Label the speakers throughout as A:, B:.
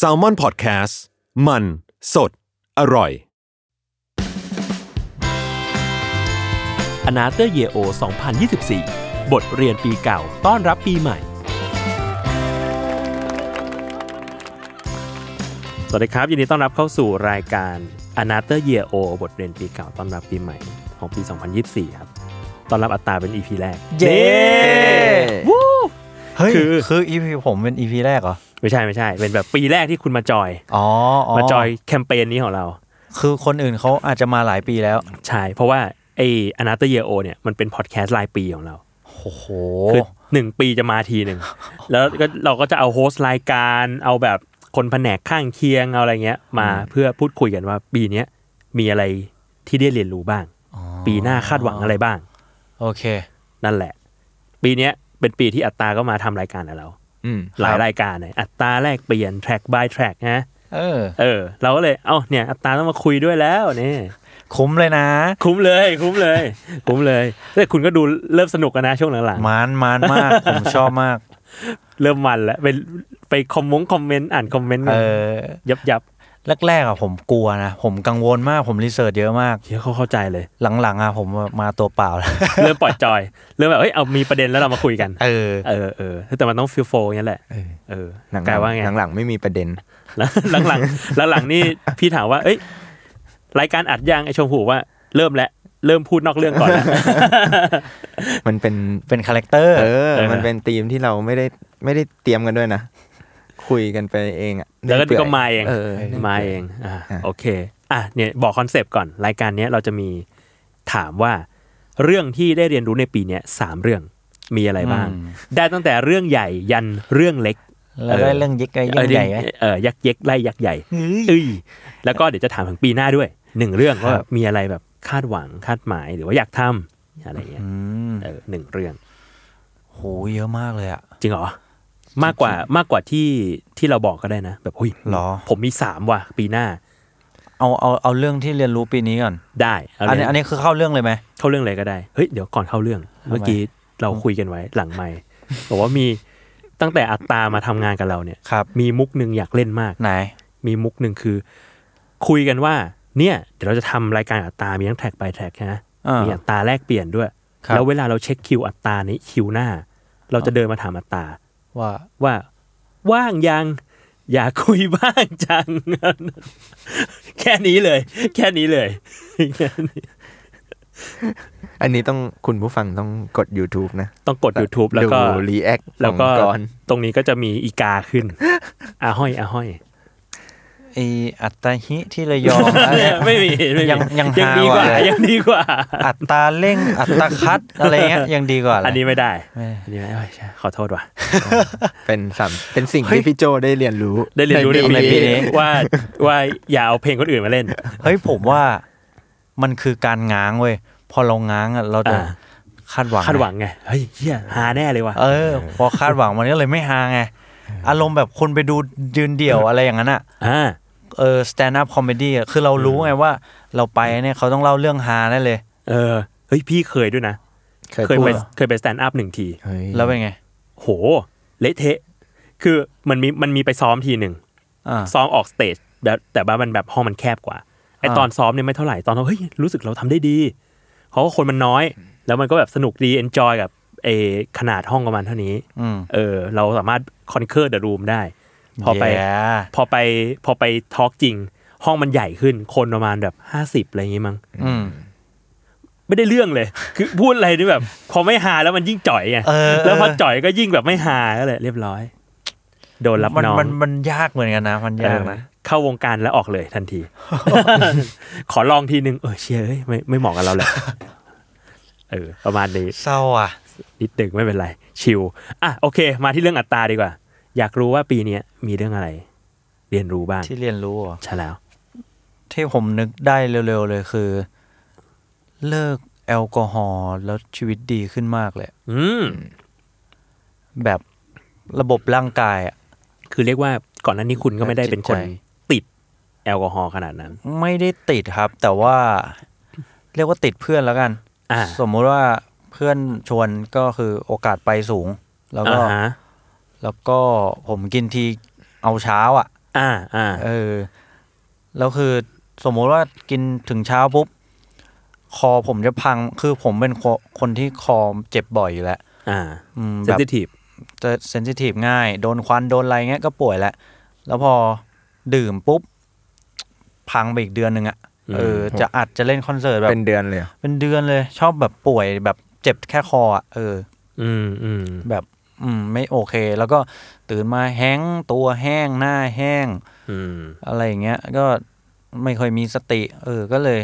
A: s a l m o n PODCAST มัน สด อร่อย
B: อนาเตอร์เยโอ2024 บทเรียนปีเก่าต้อนรับปีใหม่ สวัสดีครับ ยินดีต้อนรับเข้าสู่รายการ a n a t h e r Year O บทเรียนปีเก่าต้อนรับปีใหม่ของปี 2024 ครับ ต้อนรับอัตราเป็น EP แรก
C: เย้
B: วู้
C: เฮ้ย
B: คื
C: คือ
B: อ
C: คืออีพีผมเป็นอีพีแรกเหรอ
B: ไม่ใช่ไม่ใช่ เป็นแบบปีแรกที่คุณมาจอย
C: อ๋อ
B: มาจอยแคมเปญนี้ของเรา
C: คือคนอื่นเขาอาจจะมาหลายปีแล้ว
B: ใช่ เพราะว่าไออนาเตอร์เยโอเนี่ยมันเป็นพอดแคสต์รายปีของเรา
C: โอ้โห
B: คือหนึ่งปีจะมาที หนึ่ง แล้วก็เราก็จะเอาโฮสต์รายการเอาแบบคนแผนกข้างเคียงเอาอะไรเงี้ย มาเพื่อพูดคุยกันว่าปีเนี้ยมีอะไรที่ได้เรียนรู้บ้าง ปีหน้าคาดหวังอะไรบ้าง
C: โอเค
B: นั่นแหละ ปีเนี้ยเป็นปีที่อัตตาก็มาทำรายการกับเรา
C: อืม
B: หลายรายการเลยอัตราแลกเปลี่ยน track by track นะ
C: เออ
B: เออ เราก็เลยเอ้าเนี่ยอัตตาต้องมาคุยด้วยแล้วเนี่ย
C: คุ้มเลยนะ
B: คุ้มเลยคุ้มเลย คุ้มเลยแต่คุณก็ดูเริ่มสนุกกันนะช่วงหลังๆ
C: มานมานมาก ผมชอบมาก
B: เริ่มมันแล้วไปไปคอมมงคอมเมนต์อ่านคอมเมนต์กั
C: เอน อ
B: ยับยับ
C: แรกๆอ่ะผมกลัวนะ ผมกังวลมาก ผมรีเสิร์ชเยอะมาก
B: เดี๋ยวเขาเข้าใจเลย
C: หลังๆอ่ะผมมาตัวเปล่า แล้ว
B: เริ่มปล่อยจอย เริ่มแบบเอ้ยเอามีประเด็นแล้วเรามาคุยกัน
C: เออ
B: เออเออแต่มันต้องฟิลโฟอย่างนั้นแหละ
C: เออ
B: เออ
D: หนัง
B: กลายว่าไง
D: หนังหลังไม่มีประเด็น
B: หลังหลังหลังหลังนี่พี่ถามว่า เอ้ยรายการอัดยังไอชมพูว่าเริ่มแล้วเริ่มพูดนอกเรื่องก่อนแล้ว
D: มันเป็น
C: เป็นคาแรคเตอร์
D: เออ
B: เออ
D: มันเป็นธีมที่เราไม่ได้ไม่ได้เตรียมกันด้วยนะ คุยกันไปเองอะ
B: แล้วก็
D: เรื่อ
B: ก็
D: ย
B: มาเอง
D: เออ
B: มาเองอ่า
D: อ่ะ
B: โอเคอ่ะเนี่ยบอกคอนเซปต์ก่อนรายการเนี้ยเราจะมีถามว่า เรื่องที่ได้เรียนรู้ในปีเนี้ยสามเรื่องมีอะไรบ้าง
C: อืม
B: ได้ตั้งแต่เรื่องใหญ่ยันเรื่องเล็ก
C: แล้วก็เรื่องยิกไอ้
B: เออง
C: ยิ่ใหญ่ไหม
B: เรื่องเออยักษ์เย็กไล่ยักษ์ใหญ่เอ้ยแล้วก็เดี๋ยวจะถามถึงปีหน้าด้วยหนึ่งเรื่องว่าแบบมีอะไรแบบคาดหวังคาดหมายหรือว่าอยากทำอะไรเงี้ย
C: อืม
B: เออหนึ่งเรื่อง
C: โหเยอะมากเลยอ่ะ
B: จริงเหรอมากกว่ามากกว่าที่ที่เราบอกก็ได้นะ แบบอุ้ย
C: หรอ
B: ผมมีสามว่ะปีหน้า
C: เอาเอาเอาเรื่องที่เรียนรู้ปีนี้ก่อน
B: ได้เอา
C: อัน
B: เรื่
C: นี้
B: อง
C: อันนี้คือเข้าเรื่องเลยไหม
B: เข้าเรื่องอะไรก็ได้เฮ้ยเดี๋ยวก่อนเข้าเรื่อง เมื่อกี้เราคุยกันไว้หลังไม่บอกว่ามีตั้งแต่อัตตามาทำงานกับเราเนี่ย
C: ครับ
B: มีมุกหนึ่งอยากเล่นมาก
C: ไหน
B: มีมุกหนึ่งคือ คุยกันว่า เนี่ยเดี๋ยวเราจะทำรายการอัตรา มีทั้งแท็กไปแท็กนะ
C: อ่ามี
B: มีอัตราแลกเปลี่ยนด้วย
C: ครับ
B: แล้วเวลาเราเช็คคิวอัตราในคิวหน้า เราจะเดินมาถามอัตรา
C: ว่า
B: ว่าว่างยัง อยากคุยบ้างจัง แค่นี้เลย แค่นี้เลย
D: อันนี้ต้องคุณผู้ฟังต้องกด YouTube นะ
B: ต้องกด YouTube แล้วก็
D: รีแอค
B: แล้วก็
D: ก่อน
B: ตรงนี้ก็จะมีอีกา ขึ้นอาห้อยอาห้อย
C: ไออัตหิที่ระยอง อะไร
B: ไม่มีไม่มี
C: ยังยัง
B: ยังดีกว่า
C: ฮาวะ
B: ยังดีกว่า
C: อัตราเร่งอัตคัดอะไรเงี้ยยังดีกว่าเลย
B: อันนี้ไม่ได้
C: เออ
B: อันนี้ไม่ได้โอ้ยใช่ขอโทษว่ะ
D: เป็นสามเป็นสิ่งที่พี่โจได้เรียนรู้
B: ได้เรียนรู้ใน
D: ใน
B: ปี
D: ปี
B: นี้
D: นี้
B: ว่าว่าอย่าเอาเพลงคนอื่นมาเล่น
C: เฮ้ยผมว่ามันคือการง้างเว้ยพอเราง้างอะเราจะ
B: อ่า
C: คาดหวัง
B: คาดหวังไง เฮ้ยเฮียหาแน่เลยว่ะ
C: เออ พอคาดหวังมันก็เลยไม่ฮาไง อารมณ์แบบคนไปดูยืนเดี่ยวอะไรอย่างนั้นอะ
B: อ่า
C: เออสแตนด์อัพคอมเมดี้คือเรารู้ไงว่า เราไปเนี่ยเขาต้องเล่าเรื่องฮาแน่เลย
B: เออเฮ้ยพี่เคยด้วยนะ
D: เค
B: เคย
D: ยพู
B: ไป
D: ด
B: เคยไปสแตนด์อัพหนึ่งที
D: เฮ้ย
C: แล้วเป็นไง
B: โห เละเทะ คือมันมีมันมีไปซ้อมทีหนึ่ง
C: อ่า
B: ซ้อมออกสเตจแต่แต่ว่ามันแบบห้องมันแคบกว่าไอ
C: อ่า
B: ตอนซ้อมเนี่ยไม่เท่าไหร่ตอนเราเฮ้ยรู้สึกเราทำได้ดีเพราะว่าคนมันน้อย แล้วมันก็แบบสนุกดีเอนจอยกับเออขนาดห้องประมาณเท่านี้
C: อืม
B: เออเราสามารถคอนเคอร์เดอะรูมได้ พอไป
C: แย่
B: พอไปพอไปทอล์กจริง ห้องมันใหญ่ขึ้นคนประมาณแบบห้าสิบอะไรอย่างงี้มั้ง
C: อืม
B: ไม่ได้เรื่องเลย คือ พูดอะไรนี่แบบ พอไม่หาแล้วมันยิ่งจ่อยไง
C: เออ
B: แล้วพอจ่อยก็ยิ่งแบบไม่หาก็เลยเรียบร้อย โดนรับ
C: มัน
B: น้อง
C: มันมันยากเหมือนกันนะ มันยากนะ
B: เออเข้าวงการแล้วออกเลยทั นที ขอลองทีนึงเออเชียเอ้ยไม่ไม่เหมาะกับเราเลยเออ ประมาณนี้
C: เศร้าอ่ะ
B: นิดหนึ่งไม่เป็นไร ชิลอ่ะโอเค มาที่เรื่องอัตราดีกว่า อยากรู้ว่าปีเนี้ยมีเรื่องอะไร เรียนรู้บ้าง
C: ที่เรียนรู้เหรอ
B: ใช่แล้ว
C: ที่ผมนึกได้เร็วๆเลยคือ เลิกแอลกอฮอล์แล้วชีวิตดีขึ้นมากเลย
B: อืม
C: แบบระบบร่างกายอะ
B: คือเรียกว่าก่อนหน้านี้คุณก็ไม่ได้เป็นคน
C: จิตใจ
B: ติดแอลกอฮอล์ขนาดนั้น
C: ไม่ได้ติดครับ แต่ว่า เรียกว่าติดเพื่อนแล้วกัน
B: อ่า
C: สมมุติว่าเพื่อนชวนก็คือโอกาสไปสูง แล้วก็
B: อ่าฮะ
C: แล้วก็ผมกินทีเอาเช้าอ่ะ
B: อ่าอ่า
C: เออแล้วคือสมมุติว่ากินถึงเช้าปุ๊บ คอผมจะพังคือผมเป็นคอคนที่คอเจ็บบ่อยอยู่แล้ว
B: อ่า
C: อืม
B: เซ
C: แบ
B: น
C: บ
B: ซิทีฟ
C: จะเซนซิทีฟง่าย โดนควันโดนอะไรเงี้ยก็ป่วยแล้ว แล้วพอดื่มปุ๊บ พังไปอีกเดือนหนึ่งอะเออ จะอัดจะเล่นคอนเสิร์ตแบบ
D: เป็นเดือนเลยเหรอ
C: เป็นเดือนเลย ชอบแบบป่วยแบบเจ็บแค่คออะเออ
B: อืมอืม
C: แบบอืมไม่โอเค แล้วก็ตื่นมาแห้งก์ตัวแห้งหน้าแห้ง
B: อืม
C: อะไรอย่างเงี้ยก็ไม่ค่อยมีสติ เออ ก็เลย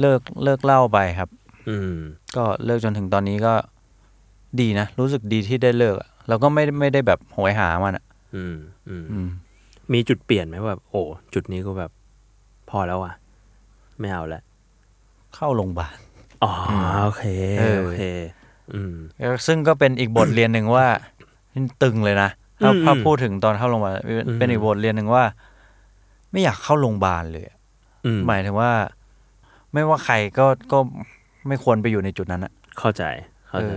C: เลิกเลิกเหล่าไปครับ
B: อืม
C: ก็เลิกจนถึงตอนนี้ก็ดีนะ รู้สึกดีที่ได้เลิกอะแล้วก็ไม่ไม่ได้แบบโหยหามันอะ
B: อืมอืม
C: อืม
B: มีจุดเปลี่ยนไหมว่าแบบโอ้จุดนี้ก็แบบพอแล้วอ่ะ ไม่เอาละ
C: เข้าโรงพยาบาล
B: อ๋อโอเค
C: เออ
B: โอเค อืม
C: ซึ่งก็เป็นอีกบทเรียนหนึ่งว่าตึงเลยนะถ้า
B: อืม
C: ถ้าพูดถึงตอนเข้าโรงพยาบาลเป็น
B: อืม
C: เป็นอีกบทเรียนหนึ่งว่า ไม่อยากเข้าโรงพยาบาลเลยอะ
B: อืม
C: หมายถึงว่า ไม่ว่าใครก็ก็ไม่ควรไปอยู่ในจุดนั้นอะ
B: เข้าใจเข้า
C: เอ
B: ใจ
C: อ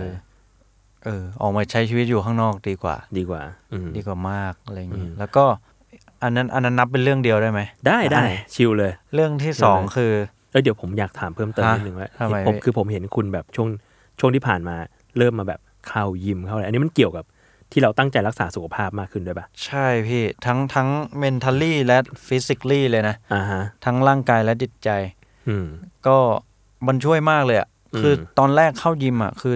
C: เออ ออกมาใช้ชีวิตอยู่ข้างนอกดีกว่า
B: ดีกว่า อืม
C: ดีกว่ามากอะไรอย่างนี้
B: อืม
C: แล้วก็อันนั้นอันนั้นนับเป็นเรื่องเดียวได้ไหม
B: ได้ได้
C: ได้
B: ชิลเลย
C: เรื่องที่สองคือ
B: เอ้ยเดี๋ยวผมอยากถามเพิ่มเติม
C: ฮะ
B: นิดนึงว่า
C: ทำไม
B: ผม
C: พี่
B: คือผมเห็นคุณแบบช่วงช่วงที่ผ่านมาเริ่มมาแบบเข้ายิมเข้าอะไรอันนี้มันเกี่ยวกับที่เราตั้งใจรักษาสุขภาพมากขึ้นด้วยป่ะ
C: ใช่พี่ ทั้งทั้ง mentally และ physically เลยนะ
B: อ่าฮะ
C: ทั้งร่างกายและจิตใจ
B: อืม
C: ก็มันช่วยมากเลยอะ่ะ
B: อืม
C: คือตอนแรกเข้ายิมอะ่ะคือ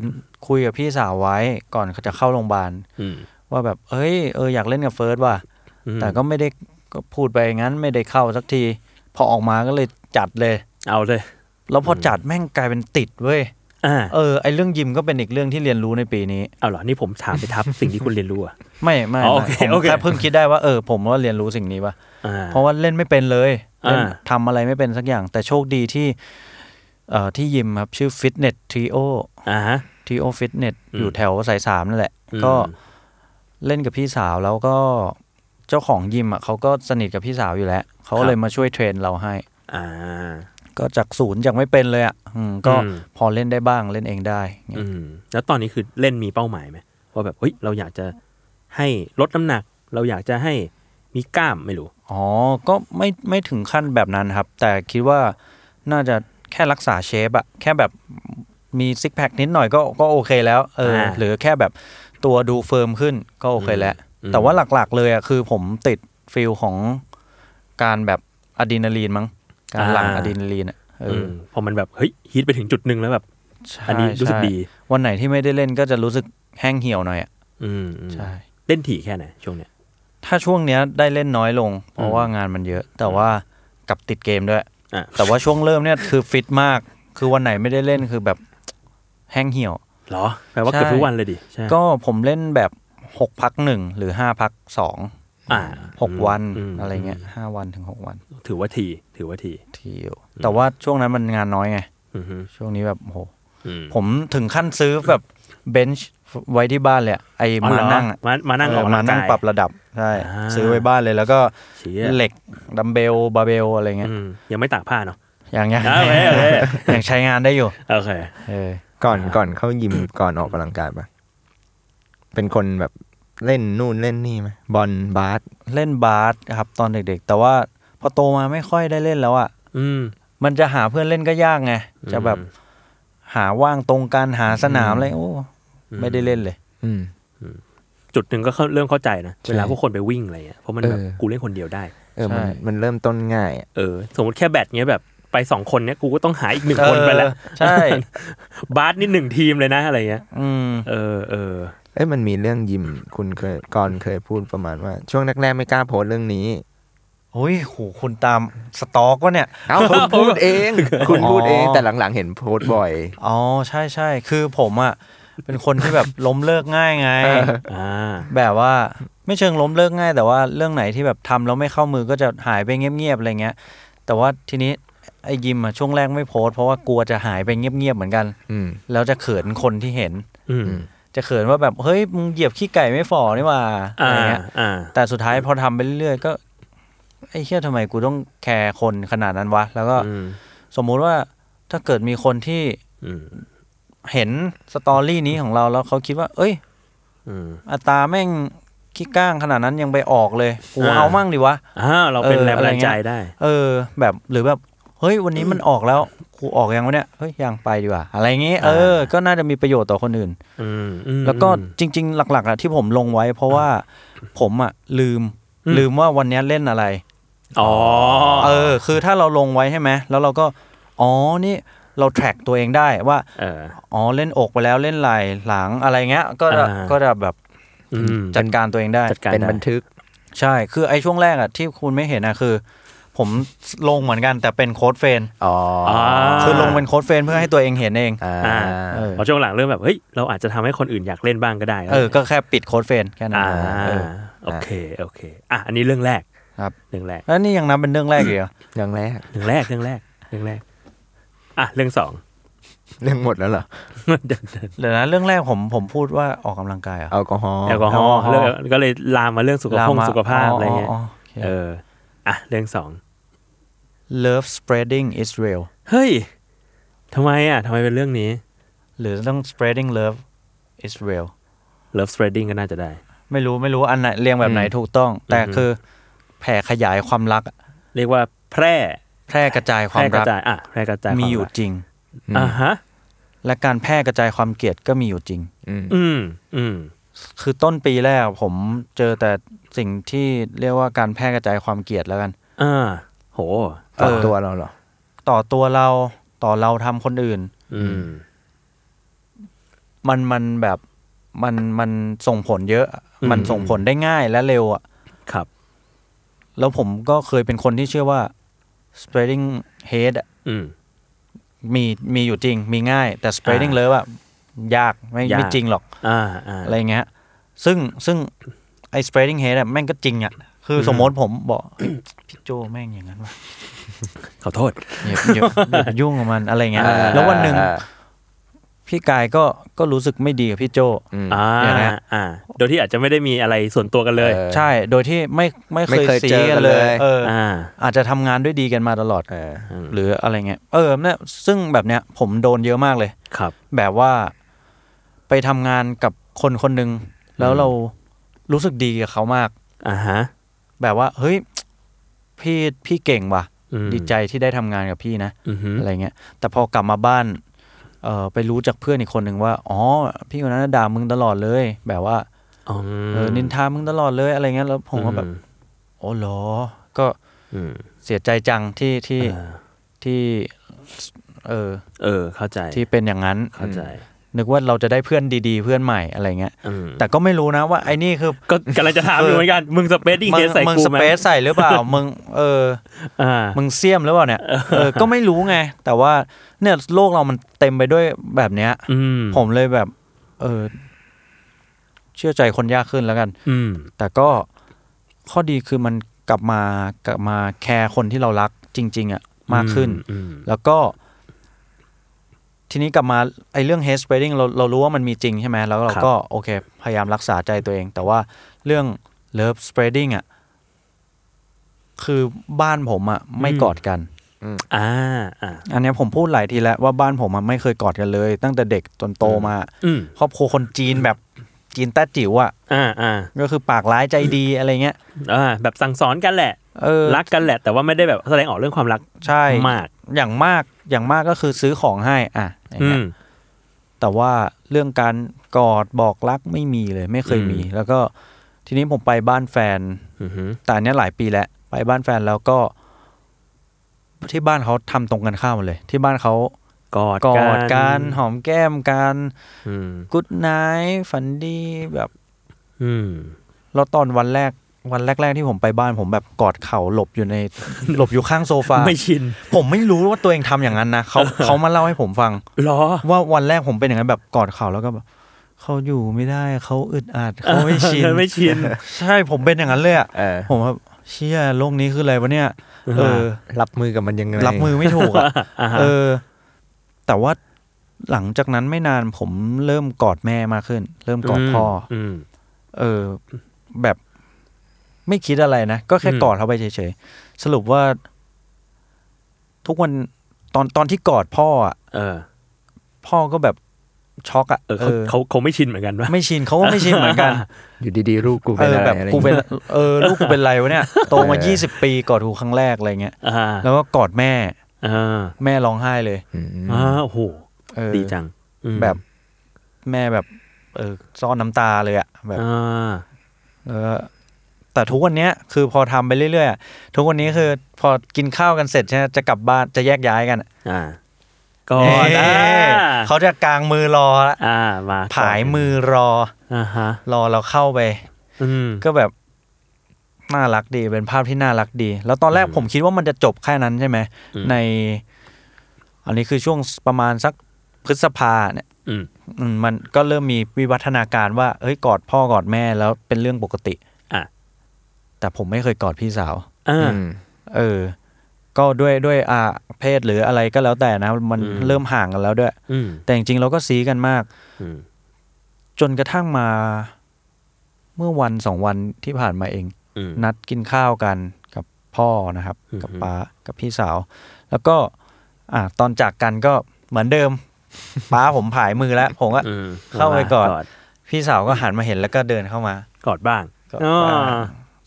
C: คุยกับพี่สาวไว้ก่อนเขาจะเข้าโรงพยาบาล
B: อืม
C: ว่าแบบเอ้ยเอออยากเล่นกับเฟิร์สว่ะ
B: อืม
C: แต่ก็ไม่ได้ก็พูดไปงั้นไม่ได้เข้าสักที พอออกมาก็เลยจัดเลย
B: เอาเลย
C: แล้วพอจัดแม่งกลายเป็นติดเว้ย
B: อ่า
C: เออไอเรื่องยิมก็เป็นอีกเรื่องที่เรียนรู้ในปีนี้
B: เอาเหรอนี่ผมถามไปทับ สิ่งที่คุณเรียนรู้อ่ะ
C: ไม่ไม่
B: อ๋อโอเค
C: ไม่ผม
B: โอเค
C: แค่เพิ่งคิดได้ว่าเออผมว่าเรียนรู้สิ่งนี้ป่ะ
B: อ่า
C: เพราะว่าเล่นไม่เป็นเลย
B: อ่า
C: เล่นทำอะไรไม่เป็นสักอย่าง แต่โชคดีที่เอ่อที่ยิมครับ ชื่อ Fitness Trio
B: อ่าฮะ
C: Trio Fitness
B: อืม
C: อยู่แถวสายสามนั่นแหละ
B: อืม
C: ก็เล่นกับพี่สาวแล้วก็เจ้าของยิมอ่ะเขาก็สนิทกับพี่สาวอยู่แล้ว เขาก็เลยมาช่วยเทรนเราให้
B: อ่า
C: ก็จากศูนย์จากไม่เป็นเลยอ่ะอืมก็
B: อืม
C: พอเล่นได้บ้างเล่นเองได้เงี้ย
B: อืม แล้วตอนนี้คือเล่นมีเป้าหมายไหมว่าแบบเฮ้ยเราอยากจะให้ลดน้ำหนัก เราอยากจะให้มีกล้ามไม่รู้
C: อ๋อก็ไม่ไม่ถึงขั้นแบบนั้นครับ แต่คิดว่าน่าจะแค่รักษาเชฟอะแค่แบบมีซิกแพคนิดหน่อยก็ก็โอเคแล้วเออ
B: อ่า
C: หรือแค่แบบตัวดูเฟิร์มขึ้นก็โอเคแล้ว
B: อืม
C: แต่ว่าหลักๆเลยอะคือผมติดฟิลของการแบบอะดรีนาลีนมั้งการหลั่งอะดรีนาลีนอะเออ
B: มพอมันแบบเฮ้ยฮิตไปถึงจุดหนึ่งแล้วแบบ
C: ใช่
B: อันนี้รู้สึก
C: ใช่
B: ดี
C: วันไหนที่ไม่ได้เล่นก็จะรู้สึกแห้งเหี่ยวหน่อยอะ
B: อืมอืม
C: ใช่
B: เล่นถี่แค่ไหนช่วงเนี้ย
C: ถ้าช่วงเนี้ยได้เล่นน้อยลง เพ
B: อื
C: ราะ
B: ม
C: ว่างานมันเยอะ แต่ว่ากลับติดเกมด้วย
B: อ่ะ
C: แต่ว่าช่วงเริ่มเนี่ยคือฟิตมาก คือวันไหนไม่ได้เล่นคือแบบแห้งเหี่ยว
B: เหรอแปลว่าเกือบ
C: ใช่
B: ทุกวันเลยดิใช่
C: ก็ผมเล่นแบบหกพักหนึ่งหรือห้าพักสอง
B: อ่า
C: หกวัน
B: ม
C: อะไรเงี้ยห้าวันถึงหกวัน
B: ถือว่าทีถือว่าที
C: ทีเดียวแต่ว่าช่วงนั้นมันงานน้อยไง
B: อือฮึ
C: ช่วงนี้แบบโห
B: อืม
C: ผมถึงขั้นซื้อแบบเบนช์ไว้ที่บ้านเลยอะไอ้
B: อ๋อ
C: มา
B: เหรอ
C: นั่งอะ
B: มามานั่งออ
C: เออก
B: กำ
C: มา
B: ลัง
C: นั่ง
B: กาย
C: ปรับระดับใช่
B: อ่า
C: ซื้อไว้บ้านเลยแล้วก็
B: เชี่ย
C: เหล็กดัมเบลบาร์เบลอะไรเงี้ย
B: อืมยังไม่ตากผ้าเนาะ
C: ยังยัง
B: อ่ะโอเคโอเค
C: ยังใช้งานได้อยู่
B: โอเค
C: เออ
D: ก่อนก่อนเข้ายิมก่อนออกกำลังกายปะเป็นคนแบบเล่นนู่นเล่นนี่ไหมบอลบาส
C: เล่นบาสครับตอนเด็กๆ แต่ว่าพอโตมาไม่ค่อยได้เล่นแล้วอ่ะ
B: อืม
C: มันจะหาเพื่อนเล่นก็ยากไง จะแบบหาว่างตรงกันหาสนามอะไรโอ้ไม่ได้เล่นเลย
D: อืม
B: จุดหนึ่งก็เข้าเริ่มเข้าใจนะ
D: ใช่
B: เวลาพวกคนไปวิ่งอะไรเงี้ยเพราะมันแบบ
D: เออ
B: กูเล่นคนเดียวได้
D: เออมัน
C: ใช่
D: มันเริ่มต้นง่ายอะ
B: เออ สมมติแค่แบตเงี้ยแบบไปสองคนเนี้ยกูก็ต้องหาอีกหนึ่งคนไปแล้ว
C: เออใช่
B: บาสนี่หนึ่งทีมเลยนะอะไรเงี้ย
C: อืม
B: เออเออ
D: เอ้ยมันมีเรื่องยิมคุณเคยก่อนเคยพูดประมาณว่า ช่วงแรกๆไม่กล้าโพสต์เรื่องนี้
C: โอ้ยโหคุณตามสตอกวะเนี่ย
D: เอ้าคุณพูดเอง คุณพูดเองแต่หลังๆเห็นโพสต์บ่อย
C: อ๋อใช่ใช่คือผมอ่ะเป็นคนที่แบบ ล้มเลิกง่ายไง
B: อ่า
C: แบบว่า ไม่เชิงล้มเลิกง่าย แต่ว่าเรื่องไหนที่แบบทำแล้วไม่เข้ามือก็จะหายไปเงียบๆอะไรเงี้ย แต่ว่าทีนี้ไอ้ยิมอะช่วงแรกไม่โพสต์เพราะว่ากลัวจะหายไปเงียบๆเหมือนกัน
D: อืม
C: แล้วจะเขินคนที่เห็น
B: อืม
C: จะเขินว่าแบบเฮ้ยมึงเหยียบขี้ไก่ไม่ฝ่อนี่หว่าอะ
B: อ่า
C: ไรเงี้ย
B: อ่า
C: แต่สุดท้ายพอทำไปเรื่อยๆก็ไอ้เชี่ยทำไมกูต้องแคร์คนขนาดนั้นวะ แล้วก็
B: อืม
C: สมมุติว่าถ้าเกิดมีคนที่
B: อืม
C: เห็นสตอรี่นี้ของเราแล้วเขาคิดว่า เอ้ย
B: อืม
C: อัตราแม่งขี้ก้างขนาดนั้นยังไปออกเลยกู
B: อ่า
C: เอามั่งดิวะ
B: อ่าเราเป็น
C: เออ
B: แรงบันดาลใจ
C: อะไรเงี้ย
B: ได้
C: เออ แบบหรือแบบเฮ้ยวันนี้มันออกแล้วกูออกยังวะเนี่ยเฮ้ยยังไปดีกว่าอะไรอย่างงี้ เออ ก็น่าจะมีประโยชน์ต่อคนอื่น
B: อืมอืม
C: แล้วก็จริง ๆ หลัก ๆอ่ะที่ผมลงไว้ เพราะว่าผมอ่ะลืม
B: อืม
C: ลืมว่าวันเนี้ยเล่นอะไร
B: อ๋อ
C: เออ คือถ้าเราลงไว้ใช่ไหม แล้วเราก็ อ๋อ นี่เราแทร็กตัวเองได้ว่า
B: เออ
C: อ๋อ เล่นอกไปแล้ว เล่นไหล่หลังอะไรเงี้ย ก็จะ
B: อ่า
C: ก็จะแบบ
B: อืม
C: จัดการตัวเองได้
B: จัดการ
D: เป็น
B: ได้
D: บันทึก
C: ใช่ คือไอ้ช่วงแรกอะที่คุณไม่เห็นอะคือ ผมลงเหมือนกันแต่เป็นโค้ดเฟรน
D: อ๋ออา
C: คือลงเป็นโค้ดเฟรนเพื่อให้ตัวเองเห็นเอง
D: อ่า
B: อ่า
C: เออ
B: พอช่วงหลังเริ่มแบบเฮ้ยเราอาจจะทำให้คนอื่นอยากเล่นบ้างก็ได้
C: เออ ก็แค่ปิดโค้ดเฟรนแค่นั้น
B: อ่า
C: เออ
B: โอเคโอเคอ่ะอันนี้เรื่องแรก
C: ครับ
B: เรื่องแรก
C: แล้วนี่ยังนับเป็นเรื่องแรกอีกเหรอ
D: อย่างแรก
B: เรื่องแรกเรื่องแรกเรื่องแรกอ่ะเรื่องสอง
D: เรื่องหมดแล้วเหรอ
C: เดี๋ยวนะเรื่องแรกผมผมพูดว่าออกกำลังกายเหร
D: แอ
C: อ่ะ
D: ลกอฮอล์
B: แอลกอฮอล์
C: แอลกอฮอล์
B: เรื่องก็เลยลามมาเรื่องสุขภาพสุขภาพอะไรเงี้ยเอออ่ะเรื่องสอง
C: Love spreading is real
B: เฮ้ยทำไมอ่ะทำไมเป็นเรื่องนี้
C: หรือต้อง spreading love is real
B: love spreading ก็น่าจะได้
C: ไม่รู้ไม่รู้อันไหนเรียงแบบไหนถูกต้อง แต่
B: อือฮึ
C: คือแผ่ขยายความรักอะ
B: เรียกว่าแพร่
C: แพร่กระจายค
B: แพ
C: วา
B: ร่
C: ม
B: กระ
C: รัก
B: จายอ่ะแพร่กระจายค
C: มี
B: วา
C: อยู่
B: รัก
C: จริง
B: อ่ะฮะ
C: และการแพร่กระจายความเกลียดก็มีอยู่จริง
D: อืม
B: อืมอืม
C: คือต้นปีแรกผมเจอแต่สิ่งที่เรียกว่าการแพร่กระจายความเกลียดแล้วกัน
B: อ่าโห
D: ต่อ
C: เออ
D: ตัวเราเหรอ
C: ต่อตัวเราต่อเราทำคนอื่น
B: อืม
C: มันมันแบบมันมันส่งผลเยอะ
B: อืม
C: มันส่งผลได้ง่ายและเร็วอะ
B: ครับ
C: แล้วผมก็เคยเป็นคนที่เชื่อว่า spreading hate อะ
B: อืม
C: มีมีอยู่จริง มีง่าย แต่ spreading
B: อ่า
C: love อะยากไม่
B: ยาก
C: ไม่จริงหรอก
B: อ่าอ่า
C: อะไรเงี้ย ซึ่งซึ่งไอ้ spreading hate อะแม่งก็จริงอะคืออ
B: ม
C: สมมติผมบอก พี่โจแม่งอย่างนั้นวะ
B: ขอโทษ
C: อย่าอย่าอย่าไปยุ่งกับมันอะไรเงี้ย
D: อ่า
C: แล้ววันหนึ่งพี่กายก็ก็รู้สึกไม่ดีกับพี่โจ
D: อืม
B: อ่า
C: อย่างเงี้ย
B: อ่า โดยที่อาจจะไม่ได้มีอะไรส่วนตัวกันเลย
D: เออ
C: ใช่โดยที่ไม่ไม่
D: ไม่เคย
C: สี
D: เจอกัน
C: เลย
D: เลย
C: เอออ
B: อ่า
C: อาจจะทำงานด้วยดีกันมาตลอด
D: เออ
C: หรืออะไรเงี้ย เออเนี่ยซึ่งแบบเนี้ยผมโดนเยอะมากเลย
B: ครับ
C: แบบว่าไปทำงานกับคนคนหนึ่งแล้วเรารู้สึกดีกับเขามาก
B: อ่าฮะ
C: แบบว่า เฮ้ย พี่พี่เก่งว่ะ
B: อืม
C: ดีใจที่ได้ทำงานกับพี่นะ
B: อือฮึ
C: อะไรเงี้ย แต่พอกลับมาบ้าน เออไปรู้จากเพื่อนอีกคนหนึ่งว่าอ๋อพี่คนนั้นนะด่ามึงตลอดเลย แบบว่า
B: อ๋อ
C: เออนินทามึงตลอดเลยอะไรเงี้ยแล้วผมก็แบบโอ้เหรอ ก็
B: อืม
C: เสียใจจังที่ที่
B: อ่า
C: ที่ เออ
B: เออ เข้าใจ
C: ที่เป็นอย่างนั้น
B: เข้าใจ
C: นึกว่าเราจะได้เพื่อนดีๆ เพื่อนใหม่อะไรเงี้ย
B: อืม
C: แต่ก็ไม่รู้นะว่าไอ้นี่คือ
B: ก็กำลังจะถามอยู่เหมือนกัน มึงสเปซดิ้ง
C: มึ
B: เทส
C: ง
B: ใส่
C: มึง
B: กู
C: ส
B: ไหม
C: เปซใส่หรือเปล่า มึงเออ
B: อ่า
C: มึงเสียมหรือเปล่าเนี่ย เออ ก็ไม่รู้ไง แต่ว่าเนี่ยโลกเรามันเต็มไปด้วยแบบเนี้ย
B: อืม
C: ผมเลยแบบ เออ เชื่อใจคนยากขึ้นแล้วกัน
B: อืม
C: แต่ก็ข้อดีคือมันกลับมากลับมาแคร์คนที่เรารักจริง ๆอะมากขึ้น
B: อืม
C: แล้วก็ ทีนี้กลับมาไอ้เรื่อง hate spreading เราเรารู้ว่ามันมีจริงใช่ไหมแล้วเราก็โอเค พยายามรักษาใจตัวเอง แต่ว่าเรื่อง love spreading อ่ะคือบ้านผมอ่ะไม่กอดกัน
B: อ่าอ่า
C: อันเนี้ยผมพูดหลายทีแล้วว่าบ้านผมอ่ะไม่เคยกอดกันเลย ตั้งแต่เด็กจนโตมา
B: อืม
C: ครอบครัวคนจีนแบบจีนแต้จิ๋วอ่ะ
B: อ่าอ่า
C: ก็คือปากร้ายใจดีอะไรเงี้ย
B: อ่าแบบสั่งสอนกันแหละ
C: เออ
B: รักกันแหละ แต่ว่าไม่ได้แบบแสดงออกเรื่องความรัก
C: ใช่
B: มาก
C: อย่างมากอย่างมากก็คือซื้อของให้ อ่ะอย่าง
B: อื
C: เงี้ย
B: ม
C: แต่ว่าเรื่องการกอดบอกรักไม่มีเลยไม่เคยมี
B: อืม
C: แล้วก็ทีนี้ผมไปบ้านแฟน
B: อือฮึ
C: แต่อันเนี้ยหลายปีแล้วไปบ้านแฟนแล้วก็ ที่บ้านเขาทำตรงกันข้ามหมดเลย ที่บ้านเขา
B: กอด
C: กอดกันหอมแก้มกัน
B: อืม
C: กุ๊ดไนท์ฝันดีแบบ
B: อืม
C: แล้วตอนวันแรกวันแรก ๆ ที่ผมไปบ้านผมแบบกอดเข่าหลบอยู่ใน หลบอยู่ข้างโซฟา
B: ไม่ชิน
C: ผมไม่รู้ว่าตัวเองทำอย่างนั้นนะเขาเขามาเล่าให้ผมฟัง
B: หรอ
C: ว่าวันแรกผมเป็นอย่างนั้นแบบกอดเข่าแล้วก็แบบ เขาอยู่ไม่ได้เขาอึดอัดเขาไม่ชิน
B: เออไม่ชิน
C: ใช่ผมเป็นอย่างนั้นเลยอ่ะ
D: เออ
C: ผมแบบเชี่ยโลกนี้คืออะไรวะเนี่ย เออ
D: รับมือกับมันยังไง
C: รับมือไม่ถูกอ่ะ
B: อ่าฮะ
C: เออ แต่ว่าหลังจากนั้นไม่นานผมเริ่มกอดแม่มากขึ้น เริ่มกอดพ่ออ
B: ม
C: เออ แบบไม่คิดอะไรนะ ก็แค่
B: อืม
C: กอดเขาไปเฉยๆสรุปว่า ทุกวันตอนตอนที่กอดพ่ออ่ะ
B: เออ
C: พ่อก็แบบช็อกอ่ะ
B: เออเขาเขาเขาไม่ชินเหมือนกันปะ
C: ไม่ชินเขาก็ไม่ชินเหมือนกัน
D: อยู่ดีๆลูกกู
C: เอ
D: เป็น
C: อ
D: อะไร
C: แบบ
D: อะไร
C: กูเป็น
D: เงี้ย
C: เออลูกกูเป็นไรวะเนี่ยโตมา
D: เออ
C: 20 ปีกอดหูครั้งแรกอะไรเงี้ย
B: อ่า
C: แล้วก็กอดแม่
B: อ่า
C: แม่ร้องไห้เลย
D: อืม
B: อ่าโอ้โห
C: เออ
B: ดีจังอืม
C: แบบแม่แบบ เออซ่อนน้ำตาเลยอะแบบ
B: อ่า
C: เออแต่ทุกวันเนี้ยคือพอทำไปเรื่อยๆอะทุกวันนี้คือพอกินข้าวกันเสร็จใช่ไหมจะกลับบ้านจะแยกย้ายกันอะ
B: อ่าก็
C: เอ้
B: ได้
C: ยเขาจะกางมือรอละ
B: อ่ามา
C: ผายมือรอ
B: อ่าฮะ
C: รอเราเข้าไป
B: อืม
C: ก็แบบน่ารักดีเป็นภาพที่น่ารักดี แล้วตอนแรก
B: อืม
C: ผมคิดว่ามันจะจบแค่นั้นใช่ไหม
B: อืม
C: ใน อันนี้คือช่วงประมาณสักพฤษภาเนี่ย
B: อืม
C: อืมมันก็เริ่มมีวิวัฒนาการว่าเอ้ยกอดพ่อกอดแม่แล้วเป็นเรื่องปกติ
B: อ่ะ
C: แต่ผมไม่เคยกอดพี่สาว
B: อ่า
D: อืม
C: เออ ก็ด้วยด้วยอาเพศหรืออะไรก็แล้วแต่นะ มัน
B: อืม
C: เริ่มห่างกันแล้วด้วย
B: อืม
C: แต่จริงๆเราก็ซีกันมาก
B: อืม
C: จนกระทั่งมา เมื่อวันสองวันที่ผ่านมาเอง
B: อืม
C: นัดกินข้าวกันกับพ่อนะครับ
B: อือฮึ
C: กับป้ากับพี่สาว แล้วก็อ่ะตอนจากกันก็เหมือนเดิม ป้าผมผายมือแล้ว ผมก็
B: อืม
C: เข้าไปก่อน พี่สาวก็หันมาเห็นแล้วก็เดินเข้ามาก
B: อดบ้าง
C: ก็
B: อ๋อ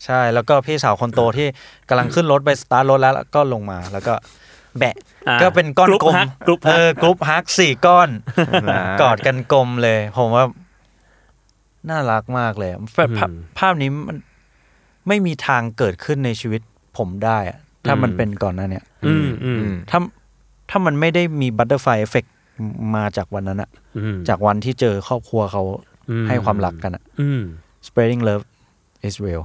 C: ใช่แล้วก็พี่สาวคนโตที่กำลังขึ้นรถไปสตาร์ทรถแล้วแล้วก็ลงมา แล้วก็แบะ
B: อ่า
C: ก็เป็นก้อน
B: รุ๊
C: กลม
B: ฮักรุ๊ป
C: เอ
B: ฮัก
C: อกรุ๊ปฮักสี่ก้อน
D: น่ารัก
C: กอดกันกลมเลย ผมว่า น่ารักมากเลยแบบภาพ
B: อืม
C: ภาพนี้มันไม่มีทางเกิดขึ้นในชีวิตผมได้อะถ้ามัน
B: อืม
C: เป็นก่อนหนั้นเนี่ย
B: อืมอืม
D: อืม
C: ถ้าถ้ามันไม่ได้มีบัตเตอร์ไฟเอฟเฟกมาจากวันนั้นอะ
B: อืม
C: จากวันที่เจอครอบครัวเขา
B: อื
C: ให้ความรักกันอะ
B: อืม
C: spreading love is real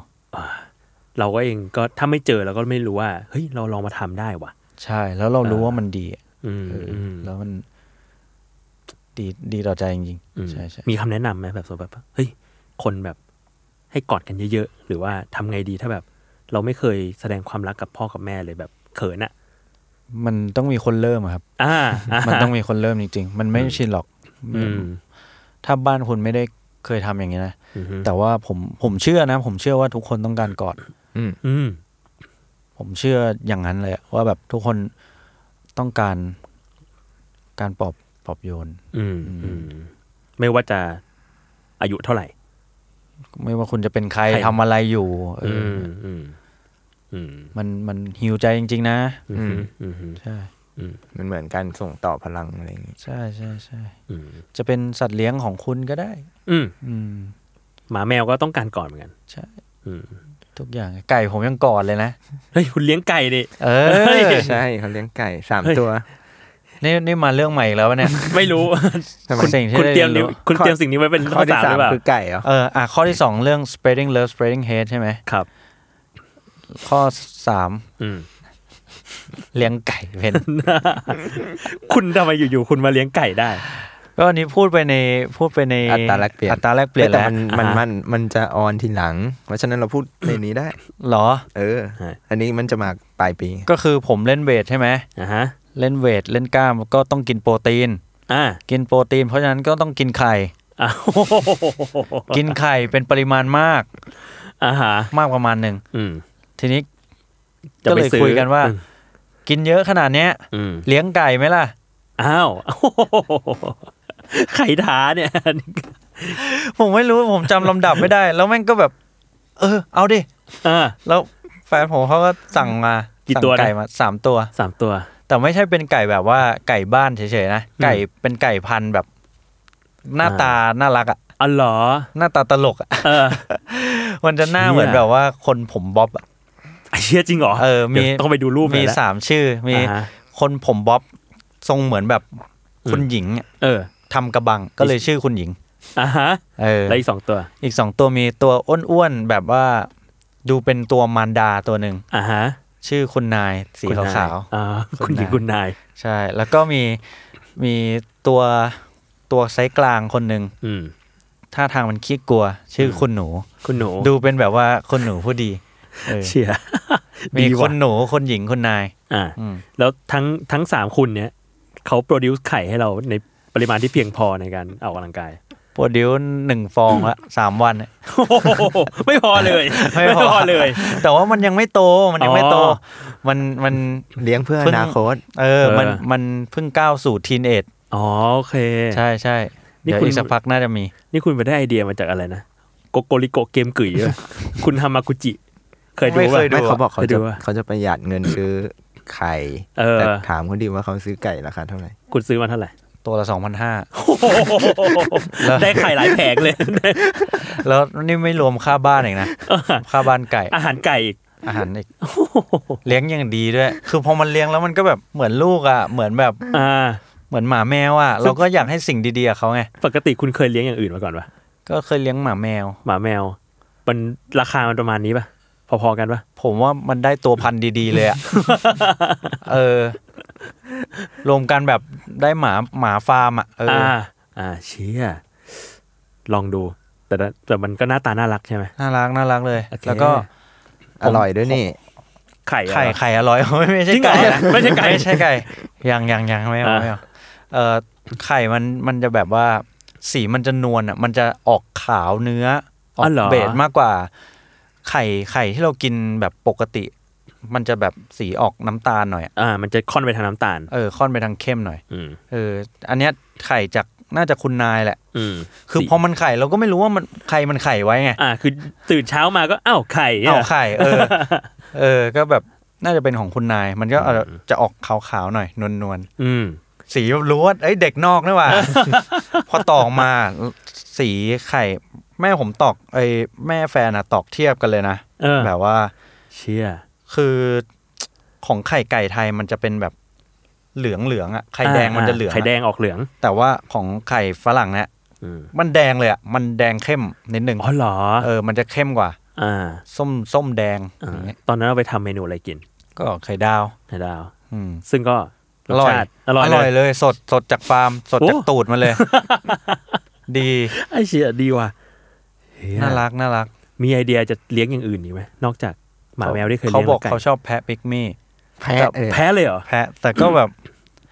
B: เราก็เองก็ถ้าไม่เจอเราก็ไม่รู้ว่า เฮ้ย เราลองมาทำได้ว่ะ
C: ใช่ แล้วเรารู้
B: อ่า
C: ว่ามันดีอะ
B: อืม
C: เอออ
B: อืม
C: แล้วมัน ดีดีต่อใจจริง
B: อืม
C: ๆใช่ใช่
B: มีคำแนะนำไหมแบบสมมติแบบเฮ้ย คนแบบให้กอดกันเยอะๆ หรือว่าทำไงดีถ้าแบบ เราไม่เคยแสดงความรักกับพ่อกับแม่เลยแบบเขินอะ
C: มันต้องมีคนเริ่มอะครับ
B: อ่าอ่า
C: มันต้องมีคนเริ่มจริงๆ มันไม่
B: อืม
C: ชินหรอก
B: อืม
C: ถ้าบ้านคุณไม่ได้เคยทำอย่างนี้นะ
B: อืม
C: แต่ว่าผมผมเชื่อนะ ผมเชื่อว่าทุกคนต้องการกอด
B: อืม
C: ผมเชื่ออย่างนั้นเลยอะว่าแบบทุกคนต้องการการปลอบปลอบโยน
B: อืมอืมไม่ว่าจะอายุเท่าไหร่
C: ไม่ว่าคุณจะเป็นใคร
B: ใคร
C: ทำอะไรอยู่เอ
B: อื
C: อ
B: มอืมอืม
C: มันมันหิวใจจริง ๆ นะ
B: อืมอืม
C: ใช่
D: มันเหมือนการส่งต่อพลังอะไรอย่างงี้
C: ใช่ใช่ใช่
B: อืม
C: จะเป็นสัตว์เลี้ยงของคุณก็ได้
B: อืม
C: อืม
B: หมาแมวก็ต้องการกอดเหมือนกัน
C: ใช่
B: อืม
C: ทุกอย่างไก่ผมยังกอดเลยนะ
B: เฮ้ย คุณเลี้ยงไก่ดิ
C: เอ
B: เฮ้
C: อย
D: ใช่เขาเลี้ยงไก่สาม
B: เฮ้ย
D: ตัว
C: นี่นี่มาเรื่องใหม่อีกแล้ววะเนี่ย
B: ไม่รู้
D: ทำไม
B: คุณ
C: สิ่งที่
B: คุณ
C: ได้
B: เตรียม
C: เรียนรู้
B: นิ้วคุณเตรียมสิ่งนี้ไว้เป็น
D: ข้
B: ข้
D: อ
B: อ
D: ที่
B: สาม
D: สา
B: ห
D: ม
B: รือเปล่า
D: คือไก่เหรอ
C: เอออ่ะข้อที่สองเรื่อง spreading love spreading hate ใช่ไหม
B: ครับ
C: ข้อสาม
B: อืม
C: เลี้ยงไก่เป็น
B: คุณทำไมอยู่ๆคุณมาเลี้ยงไก่ได้
C: ก็อันนี้พูดไปในพูดไปใน
D: อัตราแลกเปลี่ยน
C: อัตราแลกเปลี่ยน
D: แต่
C: แล้ว
D: มันมันมันมันจะออนทีหลัง เพราะฉะนั้นเราพูดในนี้ได้
C: เหรอ
D: เออ
B: ใช่
D: อันนี้มันจะมาปลายปี
C: ก็คือผมเล่นเวทใช่ไหม
B: อ่ะฮะ
C: เล่นเวทเล่นกล้ามก็ต้องกินโปรตีน
B: อ่า
C: กินโปรตีน เพราะฉะนั้นก็ต้องกินไข่
B: อ้าว
C: กินไข่เป็นปริมาณมาก
B: อ่าฮะ
C: มากประมาณหนึ่ง
B: อืม
C: ทีนี้
B: จะ
C: ก็
B: ไป
C: เลย
B: ซื้อ
C: คุยกันว่า
B: อืม
C: กินเยอะขนาดเนี้ย
B: อืม
C: เลี้ยงไก่ไหมล่ะ
B: อ้าว ไข่ท้าเนี่ย
C: ผมไม่รู้ผมจำลำดับไม่ได้ แล้วแม่งก็แบบ เออ เอาดิ
B: อ่า
C: แล้วแฟนผมเขาก็สั่งมา
B: กี่ตัวนะ
C: สั่งไก่มาสามตัว
B: สามตัว
C: แต่ไม่ใช่เป็นไก่แบบว่าไก่บ้านเฉยๆนะ
B: อืม
C: ไก่เป็นไก่พันธุ์แบบ หน้า
B: อ่า
C: ตาน่ารักอะ
B: อ๋อเหรอ
C: หน้าตาตลกอะ
B: เออ
C: มันจะหน้า
B: เชี่ย
C: เหมือนแบบว่าคนผมบ๊อบอะ
B: ไอ้เชี่ยจริงเหรอ
C: เออมี
B: ดี๋ยวต้องไปดูรูปหน่
C: มี
B: อยละ
C: สามชื่อ มี
B: อ่าฮะ
C: คนผมบ๊อบทรงเหมือนแบบ
B: อืม
C: คุณหญิงอะ
B: เออ
C: ทำกระบังก็เลยชื่อคุณหญิง
B: อ่าฮะ
C: เออ
B: แล้วอีกสองตัว
C: อีกสองตัวมีตัวอ้วนๆแบบว่าดูเป็นตัวมารดาตัวหนึ่ง
B: อ่าฮะ
C: ชื่อคุณนายสี
B: คุณนย
C: ขาว
B: อ่าคุณหญิงคุณนาย
C: ๆใช่ แล้วก็มีมีตัวตัวไซส์กลางคนหนึ่ง
B: อืม
C: ท่าทางมันขี้กลัว ชื่อคุณหนู
B: คุณหนู
C: ดูเป็นแบบว่าคนหนูผู้ดีเออ
B: เชีย
C: มี
B: ดี
C: ค
B: ว่ะ
C: นหนูคนหญิงคนนาย
B: อ่า
C: อืม
B: แล้วทั้งทั้งสามคุณเนี่ยเขาโปรดิวซ์ไข่ให้เราในปริมาณที่เพียงพอในการออกกำลังกาย
C: โปรดิวหนึ่งฟองละสามวันเนี่ย
B: โอ้โหไม่พอเลย
C: ไม่
B: ไม่
C: พอ
B: พอเลย
C: แต่ว่ามันยังไม่โตมันยังไม่โต
B: อ๋อ
C: มันมัน
D: เลี้ยงเพื่ออนาคต
C: เออมัน
B: เออ
C: มันเพิ่งก้าวสู่ทีนเอจ
B: อ๋อโอเค
C: ใช่ใช่
B: นี่
C: เดี๋ยว
B: คุณ
C: อีกสักพักน่าจะมี
B: นี่คุณไปได้ไอเดียมาจากอะไรนะโกโกริโกเกมกึ๋ยปะ คุณฮามากุจิ เคยดู
C: ไม่
B: ป่ะ
C: เคย
D: ไม่เขาบอกเขา
B: ไปดู
D: จะ
B: อะ
D: เขาจะประหยัดเงินซื้อไข่
B: เออ
D: แต่ถามเขาดีว่าเขาซื้อไก่ราคาเท่าไหร่
B: คุณซื้อมาเท่าไหร่
C: ตัวละสองพันห้า
B: โอ้โหได้ไข่หลายแผงเลย
C: แล้วนี่ไม่รวมค่าบ้านอีกนะ ค่าบ้านไก่
B: อาหารไก่อีก
C: อาหารอีกเลี้ยงอย่างดีด้วย คือพอมันเลี้ยงแล้วมันก็แบบเหมือนลูกอ่ะ เหมือนแบบ
B: อ่า
C: เหมือนหมาแมวอ่ะ เราก็อยากให้สิ่งดีๆกับเขาไง
B: ปกติคุณเคยเลี้ยงอย่างอื่นมาก่อนปะ
C: ก็เคยเลี้ยงหมาแมว
B: หมาแมว มันราคามันประมาณนี้ปะพอๆกัน ปะ
C: ผมว่ามันได้ตัวพันธุ์ดีๆเลยอ่ะ เออ รวมกันแบบได้หมาหมาฟาร์มอ่ะเออ
B: อ่า
C: อ
B: อ่าเชี่ยลองดู แต่ละแต่มันก็หน้าตาน่ารักใช่ไหม
C: น่ารักน่ารักเลย
B: โอเค
C: แล้วก็
D: อร่อยด้วยนี่
B: ไข่อะ
C: ไข่ไข่อร่อย
B: จ
C: ไม่ใช่
B: ริงเหรอ
C: ไก่นะ
B: ไม่ใช่ไก่
C: ไม่ใช่ไก่ยังยังยังไม่เอา
B: อ่า
C: ไม่เอาเอ่อไข่มันมันจะแบบว่าสีมันจะนวลอ่ะ มันจะออกขาวเนื้อออ
B: อ๋อเหรอ
C: กเบจมากกว่า ไข่ไข่ที่เรากินแบบปกติ มันจะแบบสีออกน้ำตาลหน่อยอะ
B: อ่า มันจะค่อนไปทางน้ำตาล
C: เออค่อนไปทางเข้มหน่อย
B: อืม
C: เอออันเนี้ยไข่จากน่าจะคุณนายแหละ
B: อืม
C: คือ
B: สี
C: พอมันไข่เราก็ไม่รู้ว่ามันไข่มันไข่ไว้ไง
B: อ่า คือตื่นเช้ามาก็อ้าวไข่นี่ย
C: เอา
B: หร
C: ไข่เออ เออ ก็แบบน่าจะเป็นของคุณนาย มันก็เอาจะออกขาวๆหน่อยนวลๆ
B: อืม
C: สีรู้ว่าเอ้ยเด็กนอกนี่หว่า พอตอกมาสีไข่ แม่ผมตอกไอ้แม่แฟนอะตอกเทียบกันเลยนะ
B: เออ
C: แบบว่า
B: เชี่ย
C: คือของไข่ไก่ไทยมันจะเป็นแบบเหลืองเหลืองๆอะไข่แดงมันจะเหลืองอะ
B: ไข่แดงออกเหลือง
C: แต่ว่าของไข่ฝรั่งเนี่ย
B: อืม
C: มันแดงเลยอะมันแดงเข้มนิดนึง
B: อ๋อเหรอ
C: เออมันจะเข้มกว่า
B: อ่า
C: ส้มส้มแดง
B: อ่า
C: อย่างเงี้ย
B: ตอนนั้นเราไปทำเมนูอะไรกิน
C: ก็ไข่ดาว
B: นะดาว
C: อืม
B: ซึ่งก็รสชาติอร่อย
C: อ
B: เล
C: ร่อย
B: ย
C: เลย สดสดจากฟาร์ม สดจาก
B: โอ้
C: ตูดมาเลย ดี
B: ไอเชี่ยดีว่ะเฮ้ย
C: น่ารักน่ารัก
B: มีไอเดียจะเลี้ยงอย่างอื่นอีกไหมนอกจากหมาแมวที่เคย
C: เขา
B: เลี้ยง
C: บอก
B: ไก่
C: เขาชอบแพะปิกมี่
D: แพะเออ
B: แพ้เลยเหรอ
C: แพะแต่ก็แบบ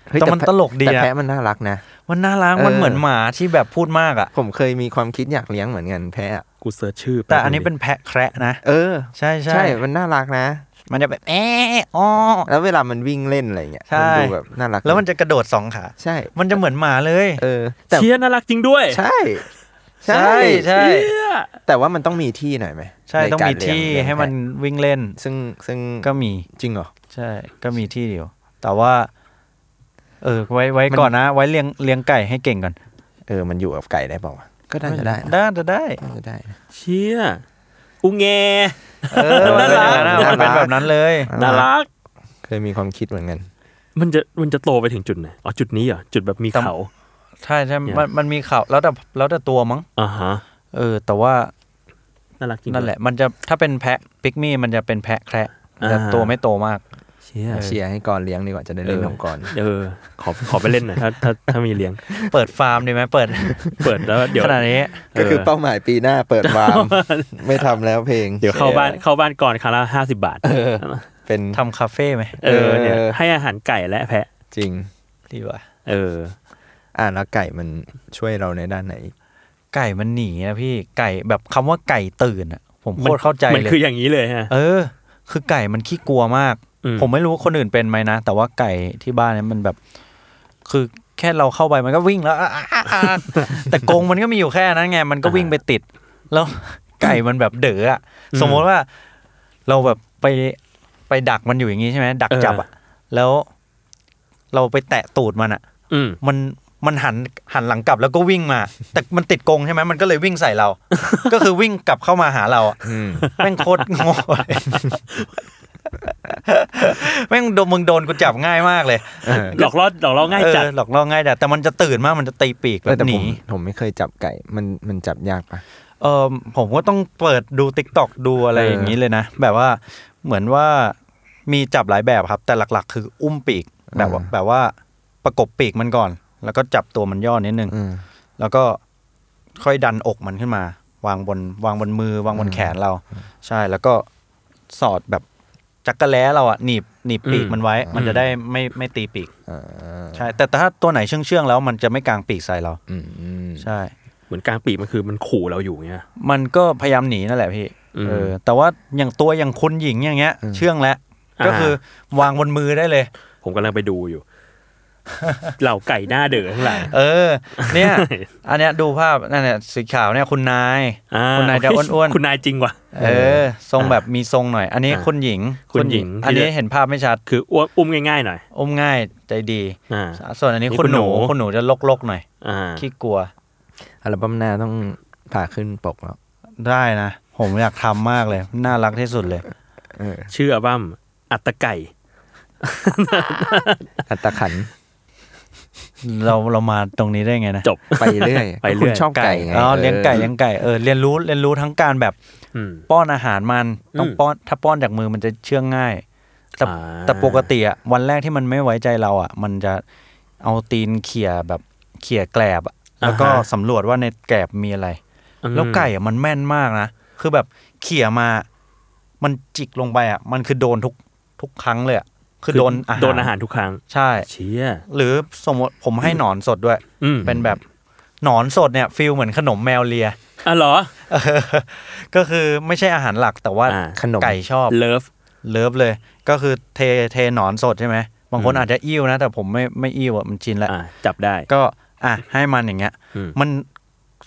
D: เฮ้ย
C: แต่มันตลกดี
D: แต่
C: อะ
D: แพะมันน่ารักนะ
C: มันน่ารัก
D: เออ
C: มันเหมือนหมาที่แบบพูดมากอ่ะ
D: ผมเคยมีความคิดอยากเลี้ยงเหมือนกันแพะอะ
B: กูเสิร์ชชื่อ
C: แต่
B: ป๊บ
C: อันนี้
B: ง
C: เป็นแพะแคระนะ
D: เออ
C: ใช่ใช่
D: ใช่มันน่ารักนะ
C: มันจะแบบแอะอ้อ
D: แล้วเวลามันวิ่งเล่นอะไรเงี้ย
C: ใช่
D: มันดูแบบน่ารัก
C: แล้วมันจะกระโดดสองขา
D: ใช่
C: มันจะเหมือนหมาเลย
D: เออ แต่
B: เชี่ยน่ารักจริงด้วย
D: ใช่ ใช่
C: ใช่ใช่
B: เชี่ย
D: แต่ว่ามันต้องมีที่หน่อยไหม
C: ใช่
D: น
C: ต้อง
D: การ
C: มี
D: เลี้ย
C: ที่
D: เลี้ยง
C: ให้มัน
D: แพะ
C: วิ่งเล่น
D: ซึ่งซึ่ง
C: ก็มี
D: จริงเหรอ
C: ใช่ก็มีที่เดียว แต่ว่า เออไว้ไว้
D: มัน
C: ก่อนนะ ไว้เลี้ยงเลี้ยงไก่ให้เก่งก่อน
D: เออ มันอยู่กับไก่ได้เปล่าวะก็น่าจะได้นะ
C: ได้จะได้
D: น่าจะได้นะ
B: เชี่ยอุงแง
C: เออมันเป็นอย่างนั้นอะ
D: น่ารัก
C: มันเป็นแบบนั้นเลย
B: น่ารัก
D: เคยมีความคิดเหมือนกัน
B: มันจะมันจะโตไปถึงจุดไหน อ๋อ จุดนี้เหรอ จุดแบบมีเขา
C: ใช่ใช่
B: Yeah.
C: มันมันมีเขาแล้วแต่แล้วแต่ตัวมั้ง
B: อ่าฮะ
C: เออ แต่ว่า
B: น่ารักจริง
C: นั่นแหละ มันจะถ้าเป็นแพะปิกมี่มันจะเป็นแพะแคระแต่
B: อ่า
C: ตัวไม่โตมาก
B: เชี่ย
D: เชียร์ให้ก่อนเลี้ยงดีกว่าจะได้เล่นของก่อน
B: เออ ขอขอไปเล่นหน่อยถ้าถ้าถ้ามีเลี้ยง
C: เปิดฟาร์มดีไหมเปิด
B: เปิดแล้วเดี๋ยว
C: ขนาดนี้
D: ก็คือเป้าหมายปีหน้าเปิดวาร์มไม่ทำแล้วเพลง
B: เดี๋ยวเข้าบ้านเข้าบ้านก่อนครั้งละห้าสิบาท
D: เป็น
C: ทำคาเฟ่ไหม
B: เออเนี่ย
D: เออ
B: ให้อาหารไก่และแพะ
D: จริง
C: ดีว่ะ
B: เออ
D: อ่ะแล้วไก่มันช่วยเราในด้านไหน
C: ไก่มันหนีนะพี่ไก่แบบคำว่าไก่ตื่นอะผมโคตรเข้าใจ
B: มัน
C: เลย
B: คืออย่างนี้เลยฮะ
C: เออ คือไก่มันขี้กลัวมาก
B: อืม
C: ผมไม่รู้คนอื่นเป็นไหมนะ แต่ว่าไก่ที่บ้านเนี่ยมันแบบ คือแค่เราเข้าไปมันก็วิ่งแล้วอ่ะอ่ะอ่ะอ่ ะแต่กรงมันก็มีอยู่แค่นั้นไง มันก็วิ่งไปติด แล้ว ไก่มันแบบเด๋ออะสมมติว่าเราแบบไปไปดักมันอยู่อย่างนี้ใช่ไหมดักจับอ่ะ แล้ว เราไปแตะตูดมันอ่ะ
B: อืม
C: มันมันหันหันหลังกลับแล้วก็วิ่งมา แต่มันติดกรงใช่ไหมมันก็เลยวิ่งใส่ เรา ก็คือวิ่งกลับเข้ามาหาเราอะ
D: อืม
C: แม่งโคตรโง่เลย แม่งโดนมึงโดนกูจับง่ายมากเลย
B: หลอกล่อหลอกล่อง่ายจัด
C: เออหลอกล่อง่ายแต่แต่มันจะตื่นมากมันจะตีปีกแบ
D: เออบ แต่
C: ห
D: ผ
C: นี
D: มผมไม่เคยจับไก่มันมันจับยากปะ
C: เออผมก็ต้องเปิดดูติ๊กตอกดูอะไร
D: เออ
C: อ
D: อ
C: ย่างนี้เลยนะ แบบว่าเหมือนว่ามีจับหลายแบบครับ แต่หลักๆ คืออุ้มปีกแบบว่าแบบว่าประกบปีกมันก่อน แล้วก็จับตัวมันย่อนิดนึง
D: อืม
C: แล้วก็ ค่อยดันอกมันขึ้นมา วางบนวางบนมือ วางบนแขนเรา ใช่แล้วก็สอดแบบจักระแล้เราอะหนีบหนีบปีก
B: อืม
C: มันไว้ มันจะได้ไม่ไม่ตีปีก
D: อ่า
C: ใช่ แต่แต่ถ้าตัวไหนเชื่องเชื่องๆแล้วมันจะไม่กางปีกใส่เรา
D: อืม
C: ใช่
B: เหมือนกลางปีกมันคือมันขู่เราอยู่เงี้ย
C: มันก็พยายามหนีนั่นแหละพี่
B: อืม
C: เออแต่ว่าอย่างตัวอย่างคุณหญิงอย่างเงี้ย เชื่องแล้ว
B: อ่า
C: ก็คือวางบนมือได้เลย
B: ผมกำลังไปดูอยู่ เหล่าไก่หน้าเด๋อทั้งหลาย
C: เออ เนี่ย อันเนี้ยดูภาพนั่นเนี่ยสีขาวเนี่ยคุณนาย
B: อ่
C: คุณนายจะ
B: โเค
C: อ้วนๆ
B: คุณนายจริงว่ะ
C: เออ ทรงแบบมีทรงหน่อย อันนี้
B: อ่า
C: คุณหญิง
B: คุณหญิง
C: อัน
B: ที่
C: นี้
B: จะ
C: เห็นภาพไม่ชัด
B: คืออ้วนอุ้มง่ายๆหน่อย
C: อุ้มง่ายใจดี
B: อ่า
C: ส่วนอันนี้
B: นี่
C: คุณหนู
B: คุณหนู
C: คุณหนูจะลกๆหน่อย
B: อ่า
C: ขี้กลัว
D: อัลบั้มหน้าต้องพาขึ้นปกแล้ว
C: ได้นะ ผมอยากทำมากเลย น่ารักที่สุดเลย
D: เออ
B: ชื่ออัลบั้มอัตตะไก่
D: อัตขัน
C: เราเรามาตรงนี้ได้ไงนะ
B: จบ
D: ไปเรื่อย
B: ไปเรื่อย
D: คุณชอบไก่ไง
C: อ๋อเลี้ยงไก่เลี้ยงไก่เออเรียนรู้เรียนรู้ทั้งการแบบ
B: อืม
C: ป้อนอาหารมันต้อง
B: อืม
C: ป้อนถ้าป้อนจากมือมันจะเชื่องง่าย แต่
B: อ่า
C: แต่ปกติอะวันแรกที่มันไม่ไว้ใจเราอะมันจะเอาตีนเขี่ยแบบเขี่ยแกลบอะแล้วก็สำรวจว่าในแกลบมีอะไร แล้วไก่อะมันแม่นมากนะ คือแบบเขี่ยมา มันจิกลงไปอ่ะ มันคือโดนทุกทุกครั้งเลยอ่ะ คือโดนอาหาร
B: โดนอาหารทุกครั้ง
C: ใช่
B: เชี่ย
C: หรือสมมติผมให้หนอนสดด้วย
B: อืม
C: เป็นแบบหนอนสดเนี่ยฟิลเหมือนขนมแมวเลีย
B: อ่ะเหรอ
C: ก็คือไม่ใช่อาหารหลักแต่ว่า
B: อ่า
D: ขนม
C: ไก่ชอบ
B: เลิฟ
C: เลิฟเลย ก็คือเทเทหนอนสดใช่ไหม บางคน
B: อืม
C: อาจจะอิ่วนะ แต่ผมไม่ไม่อิ่วอ่ะมันชินแล้ว
B: อ่าจับได้
C: ก็อ่ะให้มันอย่างเงี้ย
B: อืม
C: มัน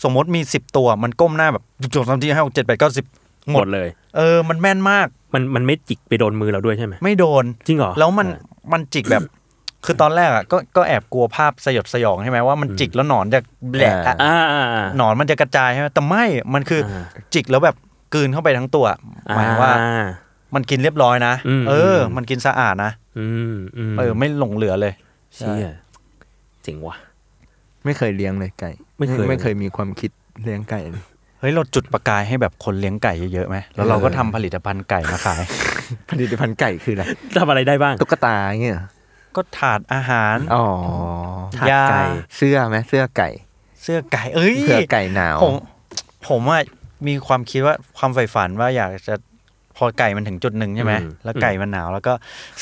C: สมมติมีสิบตัว มันก้มหน้าแบบจุดสามที่ห้าหกเจ็ดแปดเก้าสิบห
B: ห
C: ม
B: ม
C: ด
B: ดเลย
C: เออ มันแม่นมาก
B: มันมันไม่จิกไปโดนมือเราด้วยใช่ไหม
C: ไม่โดน
B: จริงเหรอ
C: แล้วมัน
B: อ่ะ
C: มันจิกแบบ คือตอนแรกอ่ะก็ก็แอบกลัวภาพสยดสยองใช่ไหมว่ามันจิกแล้วหนอนจะแหลกอะ
B: อ่าอ่าอ่า
C: หนอนมันจะกระจายใช่ไหมแต่ไม่ มันคืออา จิกแล้วแบบกลืนเข้าไปทั้งตัวหมายว่า
B: อ่
C: มันกินเรียบร้อยนะ
B: อืม
C: เอออ
B: ม
C: มันกินสะอาดนะ
B: อืมอืม
C: เออไม่หลงเหลือเลย
B: เชี่ยเจริงว่ะ
D: ไม่เคยเลี้ยงเลยไก่
B: ไม่เคย
D: ไม่เคยมีความคิดเลี้ยงไก่เลย
C: เฮ้ยเราจุดประกายให้แบบคนเลี้ยงไก่เยอะๆไหมแล้วเราก็
D: เออ
C: ทำผลิตภัณฑ์ไก่มาขาย
D: ผลิตภัณฑ์ไก่คืออะไร
B: ทำอะไรได้บ้าง
D: ตุ๊กตาอย่างเงี้ยเหรอ
C: ก็ถาดอาหาร
D: อ๋อ
B: ถาด
C: ยา
B: ไก่
D: เสื้อไหมเสื้อไก่
C: เสื้อไก่เอ้ย
D: เสื้อไก่หนาว
C: ผมผมว่ามีความคิดว่าความใฝ่ฝันว่าอยากจะพอไก่มันถึงจุดหนึ่งใช่ไหม
B: อืม
C: แล้วไก่มันหนาวแล้วก็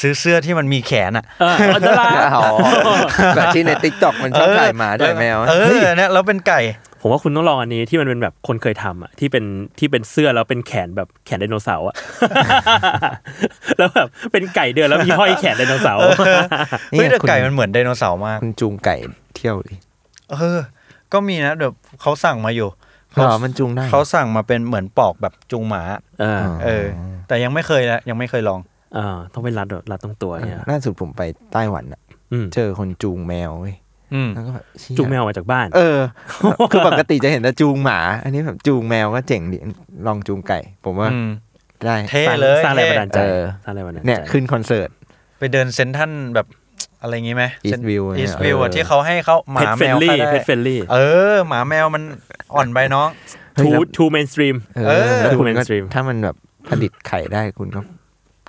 C: ซื้อเสื้อที่มันมีแขนอ่ะ
B: เออดารา
D: อ๋ อแบบที่ในติ๊กต็อกมันชอบถ่ายหมาด้วยแมว
C: เออเนี่ยแล้วเป็นไก่
B: ผมว่าคุณต้องลองอันนี้ที่มันเป็นแบบคนเคยทำอ่ะที่เป็นที่เป็นเสื้อแล้วเป็นแขนแบบแขนไดโนเสาร์อ่ะ แล้วแบบเป็นไก่เดินแล้วมีห้อยแขนไดโน เสาร์
C: เฮ้ยแต่
D: คุณ
C: ไก่มันเหมือนไดโนเสาร์มาก
D: คุณจูงไก่เที่ยวดิ
C: เออ ก็มีนะเดี๋ยวเขาสั่งมาอยู่
D: หร
C: เขา
D: อมันจูงได้
C: เขาสั่งมาเป็นเหมือนปอกแบบจูงหมา
B: เออ
C: เออ แต่ยังไม่เคยนะยังไม่เคยลอง
B: เออต้องไปรัดแบบรัดตรงตัวเนี่ย
D: ล่าสุดผมไปไต้หวันอะ
B: อืม
D: เจอคนจูงแมวเว้ย
C: อืม
D: แล้วก็แบบเชี่ย
B: จูงแมวมาจากบ้าน
D: เออ คือปกติจะเห็นแต่จูงหมา อันนี้แบบจูงแมวก็เจ๋งดิ ลองจูงไก่ ผมว่า
C: อืม
D: ได้
C: เท่เลย
B: สร้างแรงบันดาลใจ
D: เออ
B: สร้างแรงบันดาลใจ
D: เนี่ยขึ้นคอนเสิร์ต
C: ไปเดินเซนทรันแบบอะไรงี้ไหม
D: East View
C: อี
D: เนี่ย
C: สต์วิว
D: เออ
C: ที่เขาให้เขาห
B: เพ
C: มา
B: จเฟ
C: แม
B: ล
C: ว
B: ลี่
C: ก็ได้
B: เพจเฟลลี่
C: เออ หมาแมวมันอ่อนไปน้อง
B: ทูทูเมนสตรีม
D: เอ
C: เออ
D: อแล้วคุณก็
B: mainstream
D: ถ้ามันแบบผลิตไข่ได้คุณก็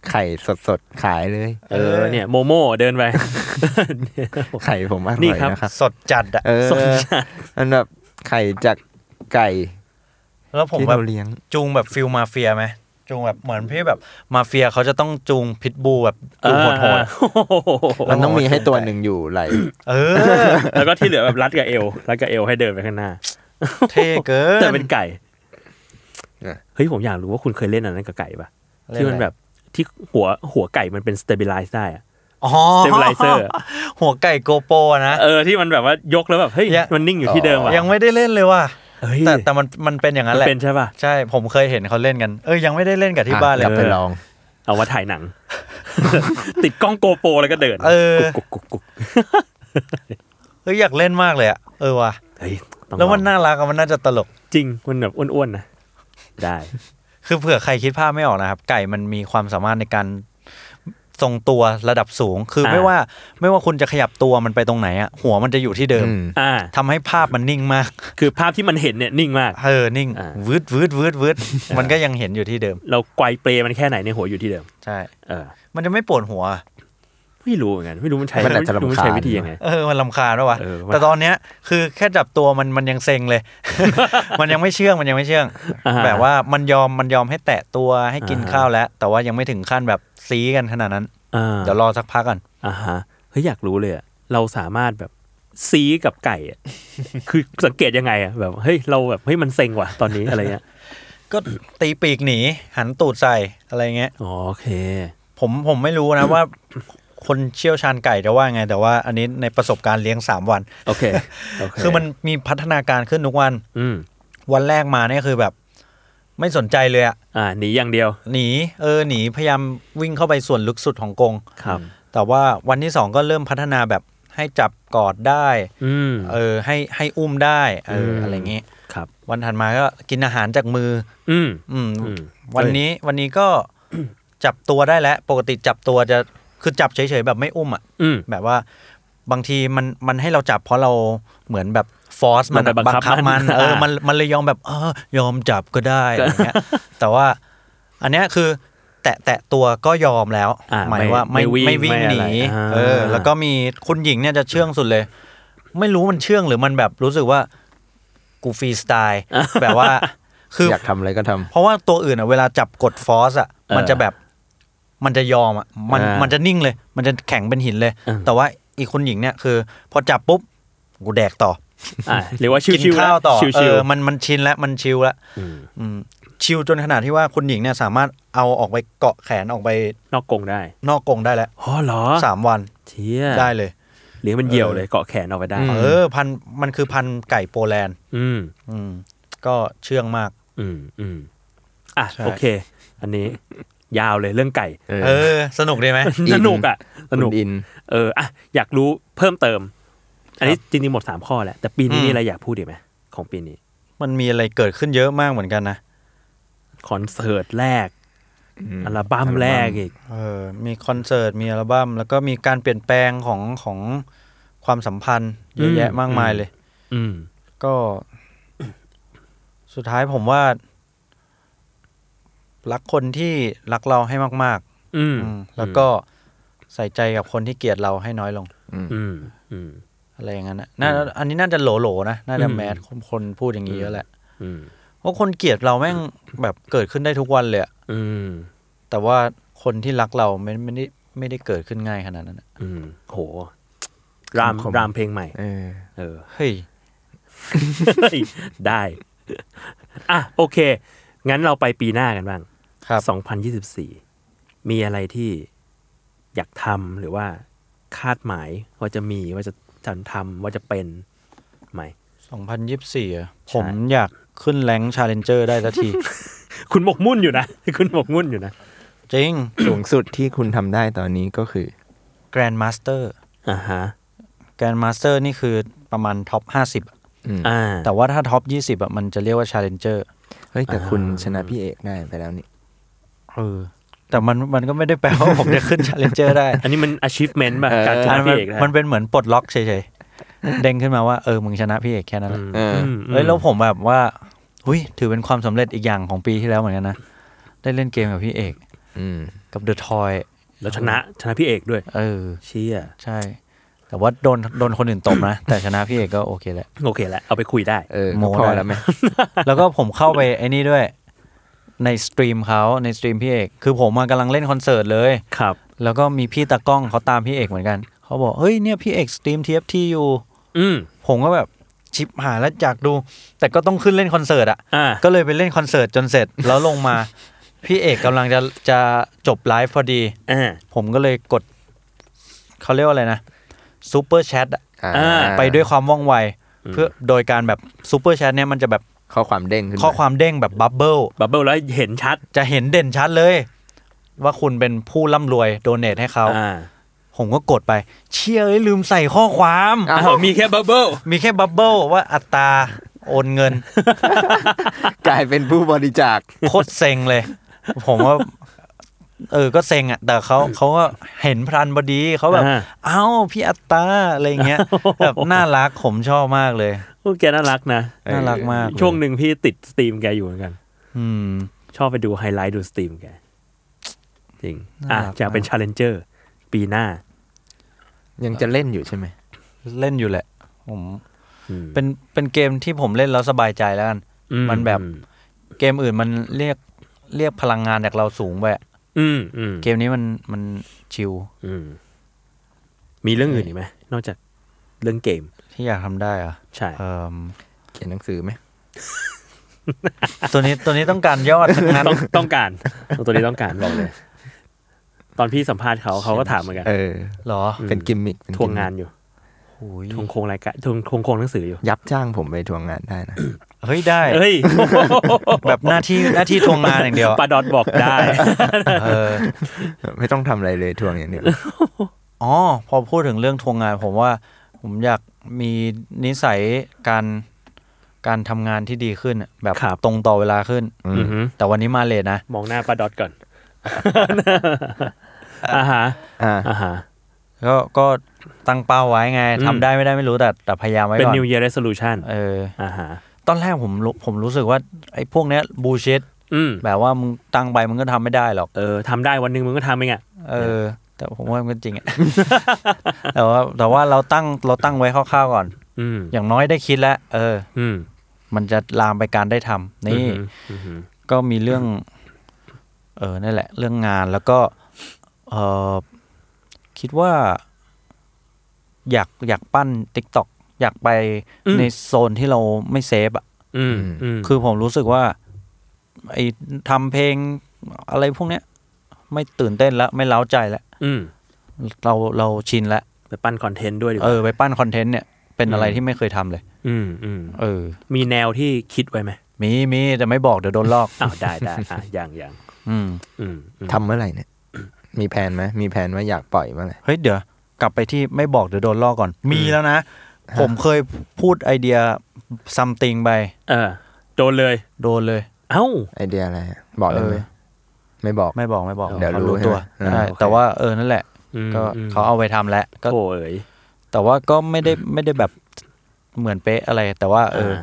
D: ไข่สดๆ ขายเลย
B: เออเนี่ยโมโม่เดินไป
D: ไข่ผมอ
B: นี่
D: ร่อย
B: ครับ
D: นะครับ
C: สดจัดอะ
D: เออ
B: สดจัด
D: มันแบบไข่จากไก่
C: แล้วผม
D: ที่
C: แบ
D: เรา
C: บ
D: เลี้ยง
C: จูงแบบฟิลมาเฟียไหมจูงแบบเหมือนพี่แบบมาเฟียเขาจะต้องจูงพิทบูแบบจูงโหด
B: ๆ
D: มันต้องมีให้
C: จูงไก่
D: ตัวหนึ่งอยู่ไหล
C: ๆเออ
B: แล้วก็ที่เหลือแบบรัดกับเอวรัดกับเอวให้เดินไปข้างหน้า
C: เท่เกิน
B: แต่เป็นไก่เฮ้ยผมอยากรู้ว่าคุณเคยเล่นอันนั้นกับไก่ปะที่มันแบบที่หัวหัวไก่มันเป็น stabilize ได้อะ
C: อ๋อ
B: stabilizer
C: หัวไก่โกโปะนะ
B: เออที่มันแบบว่ายกแล้วแบบเฮ้ย
C: ยัง
B: มันนิ่งอยู่ที่เดิมว่ะ
C: ยังไม่ได้เล่นเลยว่ะ
B: เฮ้ย
C: แต่แต่มันมันเป็นอย่างนั้นแห
B: มัน
C: ละ
B: เป็นใช่ป่ะ
C: ใช่ผมเคยเห็นเขาเล่นกัน เออยังไม่ได้เล่นกับที่บ้านเลย
D: อ่ะกลับไปลอง
B: เอามาถ่ายหนัง ติดกล้องโกโปรแล้วก็เดิน
C: เออ
B: กุกกุกกุก
C: เฮ้ยอยากเล่นมากเลยอะเออว่ะ
B: เฮ้ยต้อง
C: แล้วมัน
B: อง
C: น่ารักอะมันน่าจะตลก
B: จริงมันแบบอ้วนๆนะได้
C: คือเผื่อใครคิดภาพไม่ออกนะครับ ไก่มันมีความสามารถในการทรงตัวระดับสูง คือ
B: อ่า
C: ไม่ว่าไม่ว่าคุณจะขยับตัวมันไปตรงไหนอะหัวมันจะอยู่ที่เดิม
D: อืม
B: อ่า
C: ทำให้ภาพมันนิ่งมาก
B: คือภาพที่มันเห็นเนี่ยนิ่งมาก
C: เออนิ่ง
B: อ่า
C: วืดวืดวืดวืดมันก็ยังเห็นอยู่ที่เดิม
B: เราไกวเปลมันแค่ไหนในหัวอยู่ที่เดิม
C: ใช่
B: เออ
C: มันจะไม่ปวดหัว
B: ไม่รู้เหมือนกันไม่รู้มันใช้
D: มันอาจจะรำคาญ
B: รู้มันใช้วิธียังไง
C: เออมันลำคาญด้วยวะ
B: เออมัน
C: แต่ตอนเนี้ยคือแค่จับตัวมันมันยังเซ็ง เลย มันยังไม่เชื่องมันยังไม่เชื่อง
B: อ่ฮะ
C: แบบว่ามันยอมมันยอมให้แตะตัวให้กิน
B: อ่า
C: ข้าวแล้ว แต่ว่ายังไม่ถึงขั้นแบบซีกันขนาดนั้น
B: อ่า
C: เดี๋ยวรอสักพักก่อน
B: อ่าฮะเฮ้ยอยากรู้เลยอะเราสามารถแบบซีกับไก่อะ คือสังเกตยังไงอะแบบเฮ้ยเราแบบเฮ้ยมันเซ็งว่ะตอนนี้อะไรเงี้ย
C: ก็ ตีปีกหนีหันตูดใส่อะไรเงี้ย
B: อ๋อโอเค
C: ผมผมไม่รู้นะ ว่า คนเชี่ยวชาญไก่จะว่าไง แต่ว่าอันนี้ในประสบการณ์เลี้ยงสามวัน
B: โอเคโเ
C: คือมันมีพัฒนาการขึ้นทุกวัน
B: อืม
C: วันแรกมาเนี่ยคือแบบ ไม่สนใจเลยอะ
B: อ่าหนีอย่างเดียว
C: หนีเออหนีพยายามวิ่งเข้าไปส่วนลึกสุดของกรง
B: ครับ
C: แต่ว่าวันที่สองก็เริ่มพัฒนาแบบให้จับกอดได้
B: อืม
C: เออให้ให้อุ้มได้เอออ
B: ม
C: อะไรอย่างงี้
B: ครับ
C: วันถัดมาก็กินอาหารจากมือ
B: อืม
C: อืม
B: อืม
C: วันนี้วันนี้ก็ จับตัวได้แล้ว ปกติจับตัวจะคือจับเฉยๆแบบไม่อุ้มอ่ะ
B: อืม
C: แบบว่าบางทีมันมันให้เราจับเพราะเราเหมือนแบบฟอสมันอะ
B: เราไปบังคับ
C: มั
B: มัน
C: น เออ
B: อ่ามั
C: มันมันเลยยอมแบบเออยอมจับก็ได้อะไร เงี้ย แต่ว่า อันเนี้ยคือ แตะแตะตัวก็ยอมแล้ว
B: อ่า
C: หมายว่า
B: ไม่
C: ไม่
B: ไม่
C: ไม่
B: วิ่
C: วิ่
B: ง
C: งหนี
B: ไม่อะไรอ่า
C: เออ แล้วก็มีคุณหญิงเนี่ยจะเชื่องสุดเลย ไม่รู้มันเชื่องหรือมันแบบรู้สึกว่ากูฟรีสไตล์แบบว่า คือ
D: อ
C: อ
D: ยากทำอะไรก็ทำ
C: เพราะว่าตัวอื่นอ่ะเวลาจับกดฟอสอ่ะ
B: เออ
C: มันจะแบบมันจะยอมอ่ะมัน
D: อ่ามั
C: มันจะนิ่งเลย มันจะแข็งเป็นหินเลย
B: อืม
C: แต่ว่าอีกคนหญิงเนี่ยคือ พอจับปุ๊บกูแดกต่อ
B: อ่าหรือว่า
C: กิ
B: ชิวๆ
C: ข้าวต่อเอ
B: ชิว
C: อมันมันชินแล้วมันชิลแล้ว
B: ๆม
C: อืมชิลจนขนาดที่ว่าคุณหญิงเนี่ยสามารถเอาออกไปเกาะแขนออกไป
B: นอกกรงได้
C: นอกกรงได้แล้ว
B: อ๋อเหรอ
C: สามวัน
B: เชี่ย
C: ได้เลย
B: เลี้ยงมันเหี่ยวเลยเกาะแขนเอาไปได้
C: เออพันธุ์มันคือพันธุ์ไก่โปแลนด์
B: อืม
C: อืมก็เชื่องมาก
B: อืมอืมอ่ะ
C: ใช่
B: โอเค อันนี้ ยาวเลยเรื่องไก่
D: เอ
C: เอ
D: อ
C: อ สนุกดีไหม
B: สนุกอ่ะสนุก
D: คุณอิน
B: เอออ่ะอยากรู้เพิ่มเติม อันนี้จริงๆหมดสามข้อแหละแต่ปีนี้
C: อืม
B: มีอะไรอยากพูดอีกไหมของปีนี้
C: มันมีอะไรเกิดขึ้นเยอะมากเหมือนกันนะ
B: คอนเสิร์ตแรกอัลบั้มแรกอีก
C: เออมีคอนเสิร์ต มีอัลบั้ม แล้วก็มีการเปลี่ยนแปลงของของความสัมพันธ์เยอะแยะ
B: อืม
C: มากมายเลย
B: อืม
C: ก็ สุดท้ายผมว่า รักคนที่รักเราให้มาก
B: อื
C: ๆ
B: ม
C: อืมแล้วก็ใส่ใจกับคนที่เกลียดเราให้น้อยลง
B: อืมอืม
C: อะไรอย่างนั้นนะน่าอันนี้น่าจะโหลๆนะ น่าจะ
B: อืม
C: แมสคนคนพูดอย่างนี้เยอะแหละ
B: อืม
C: เพราะคนเกลียดเราแม่งแบบเกิดขึ้นได้ทุกวันเลยอะ
B: อืม
C: แต่ว่าคนที่รักเราไม่ไม่ได้ไม่ได้เกิดขึ้นง่ายขนาดนั้นอะ
B: อืมโหราม
D: คมๆ
B: รามเพลงใหม่
D: เออ
B: เออ
C: เฮ้ย
B: ได้ อ่ะโอเค งั้นเราไปปีหน้ากันบ้าง
C: ครับ
B: สองพันยี่สิบสี่มีอะไรที่อยากทำหรือว่าคาดหมายว่าจะมีว่าจะจะทำว่าจะเป็นไหม
C: สองพันยี่สิบสี่อะผมอยากขึ้นแรงชาเลนเจอร์ได้สัก ที
B: คุณหมกมุ่นอยู่นะ คุณหมกมุ่นอยู่นะ
C: จริง
D: สูงสุดที่คุณทำได้ตอนนี้ก็คือ
C: แกรนด์มาสเตอร์
B: อ่าฮะ
C: แกรนด์มาสเตอร์นี่คือประมาณท็อปห้าสิบ
D: อืม
B: อ่า
C: แต่ว่าถ้าท็อปยี่สิบอะมันจะเรียกว่าชาเลนเจอร์
D: เฮ้ยแต่คุณชนะพี่เอกได้ไปแล้วนี่
C: เออแต่มันมันก็ไม่ได้แปลว่า ผมจะขึ้นชาเลนเจอร์ได้
B: อันนี้มัน achievement แบบการชนะ
C: มั
B: พี่
C: น
B: เอกนะ
C: มันเป็นเหมือนปลดล็อกเฉย ๆ เด้งขึ้นมาว่าเออมึงชนะพี่เอกแค่นั้นแหละ
D: เอออื
B: ม
C: เฮ้ยแล้วผมแบบว่าหุยถือเป็นความสำเร็จอีกอย่างของปีที่แล้วเหมือนกันนะได้เล่นเกมกับพี่เอก
D: อืม
C: กับเดอะทอย
B: แล้วชนะชนะพี่เอกด้วย
C: เออ
B: เชี่ย
C: ใช่ แต่ว่าโดนโดนคนอื่นตบนะ แต่ชนะพี่เอกก็โอเคแหละ
B: โอเคแล้วเอาไปคุยได้
D: เออ
C: โม
D: ก็พอ
C: ได้
D: แล้วไหม
C: แล้วก็ผมเข้าไปไอ้นี่ด้วย ในสตรีมเขาในสตรีมพี่เอก คือผมอะกำลังเล่นคอนเสิร์ตเลย
B: ครับ
C: แล้วก็มีพี่ตากล้องเขาตามพี่เอกเหมือนกัน เขาบอก เฮ้ยเนี่ยพี่เอกสตรีม TFT อยู่
B: อืม
C: ผมก็แบบชิปหายแล้วอยากดู แต่ก็ต้องขึ้นเล่นคอนเสิร์ตอ่ะ
B: อ่า
C: ก็เลยไปเล่นคอนเสิร์ตจนเสร็จ แล้วลงมา พี่เอกกำลังจะจะจบไลฟ์พอดี
B: อ่า
C: ผมก็เลยกดเขาเรียกว่าอะไรนะซูเปอร์แชท
D: อ่า
B: อ่า
C: ไปด้วยความว่องไว
B: อืม
C: เพื่อโดยการแบบซูเปอร์แชทเนี่ยมันจะแบบ
D: ข้อความเด้งขึ้น
C: ข้อความเด้งแบบบับเบิล
B: บับเบิลแล้วเห็นชัด
C: จะเห็นเด่นชัดเลย ว่าคุณเป็นผู้ร่ำรวยโดเนทให้เขา
B: อ่า
C: ผมก็กดไป เชี่ยเอ้ยลืมใส่ข้อความ
B: อ้าวมีแค่บับเบิล
C: มีแค่บับเบิลว่าอัตราโอนเงิน
D: กลายเป็นผู้บริจาค
C: โคตรเซ็งเลย ผมว่า เออก็เซ็งอ่ะ แต่เขาเขาก็เห็นพรันบดีเขาแบบ
B: อ่า
C: เอ้าพี่อัตตาอะไรอย่างเงี้ยแบบน่ารักผมชอบมากเลย
B: โอ้แกน่ารักนะ
D: เออ
C: น่ารักมาก
B: ช่วงหนึ่งพี่ติดสตรีมแกอยู่เหมือนกัน
C: อืม
B: ชอบไปดูไฮไลท์ดูสตรีมแก จริง
C: น่า
B: อ่ะ
C: รัก
B: จะเป็น
C: มาก
B: ชาเลนเจอร์ ปีหน้า
D: ยังจะเล่นอยู่ใช่ไหม
C: เล่นอยู่แหละ ผม
B: อืม
C: เป็นเป็นเกมที่ผมเล่นแล้วสบายใจแล้วกัน
B: อื
C: มันแบบ เกมอื่นมันเรียกเรียกพลังงานจากเราสูงไปอะ
B: อืมอืม
C: เกมนี้มันมันชิล
B: อืมมีเรื่องอื่นอีกไหมนอกจากเรื่องเกม
C: ที่อยากทำได้อ่ะ
B: ใช่
C: เอิ่ม
D: เขียนหนังสือไหม
C: ตัวนี้ตัวนี้ต้องการยอดทั้งนั้น
B: ต้องต้องการตัวนี้ต้องการบอกเลย ตอนพี่สัมภาษณ์เขาเขาก็ถามเหมือนกัน
D: เออ
C: เหรอ
D: เป็นกิมมิคเป็
B: ท
D: กิมมิค
B: วงงานอยู่
C: โอ้ย
B: ทวงโครงรายการทวงทวงโครงหนังสืออยู่
D: ยับจ้างผมไปทวงงานได้นะ
C: เฮ้ยได้
B: เอ้ย
C: แบบหน้าที่หน้าที่ทวงงานอย่างเดียวอะ
B: ปาดอดบอกได้
C: เออ
D: ไม่ต้องทำอะไรเลยทวงอย่างเดียว
C: อ๋อพอพูดถึงเรื่องทวงงาน ผมว่าผมอยากมีนิสัยการการทำงานที่ดีขึ้นอะแบบ
B: ครับ
C: ตรงต่อเวลาขึ้น
D: อืม
B: อือหือ
C: แต่วันนี้มาเลทนะ
B: มองหน้าปาดอดก่อนอ่าฮะ
D: อ่า
B: อ่าฮะ
C: ก็ก็ตั้งเป้าไว้ไง
B: อืม
C: ทำได้ไม่ได้ไม่รู้แต่แต่พยายามไว้
B: เป็น
C: ก่อน
B: New Year Resolution
C: เออ
B: อ่าฮะ
C: ตอนแรกผมรู้ผมรู้สึกว่าไอ้พวกเนี้ยบูชิด
B: อืม
C: แบบว่ามึงตั้งไปมึงก็ทำไม่ได้หรอก
B: เออทำได้วันหนึ่งมึงก็ทำเองอ่ะ
C: เออ แต่ผมว่ามันก็จริงอะ แต่ว่าแต่ว่าเราตั้งเราตั้งไว้คร่าวๆก่อน
B: อืม
C: อย่างน้อยได้คิดแล้วเออ
B: อืม
C: มันจะลามไปการได้ทำนี่
B: อือหือ
C: ก็มีเรื่อง เออนั่นแหละ เรื่องงานแล้วก็ เออคิดว่า อยากอยากปั้น t ิ k t o k อยากไปในโซนที่เราไม่เซฟอะ
B: อืมอืม
C: คือผมรู้สึกว่า ไอ้ทำเพลงอะไรพวกเนี้ย ไม่ตื่นเต้นแล้ว ไม่เล้าใจแล้ว
B: อืม
C: เราเราชินแล้ว
B: ไปปั้นคอนเทนต์ด้วยดีก
C: เอ
B: ว่า
C: อ ไปปั้นคอนเทนต์เนี่ย เป็นอะไรที่ไม่เคยทำเลย
B: อืมอืม
C: เออ
B: มีแนวที่คิดไว้ไหม
C: มีมีแต่ไม่บอกเดี๋ยวโดนลอก
B: อ้าวได้ได้ อ่ะอย่างอย่าง
C: อืม
B: อืมอืม
D: ทำเมื่อไหร่เนี่ย มีแผนไหมมีแผนว่าอยากปล่อยเมื่อไหร่
C: เฮ้ยเดี๋ยวกลับไปที่ไม่บอกเดี๋ยวโดนลอกก่อน มีแล้วนะ ผมเคยพูดไอเดีย something ไป
B: เออโดนเลย
C: โดนเลย
B: เอ้า
D: ไอเดียอะไรอะบอกได้
C: เอ
D: ไหม
C: อ
D: ไม่บอก
C: ไม่บอกไม่บอก
D: เดี๋ยว
C: ขา
D: รู้ใช่
C: ตั
D: ไหม
C: ว
D: อ่า
B: โอ
C: ใช่
B: เค
C: แต่ว่าเออนั่นแหละ
B: อืม
C: ก็
B: อืม
C: เขาเอาไปทำแล้วก็
B: โอ้เอ๋ย
C: แต่ว่าก็ไม่ได้ไม่ได้แบบเหมือนเป๊ะอะไร แต่ว่า เออ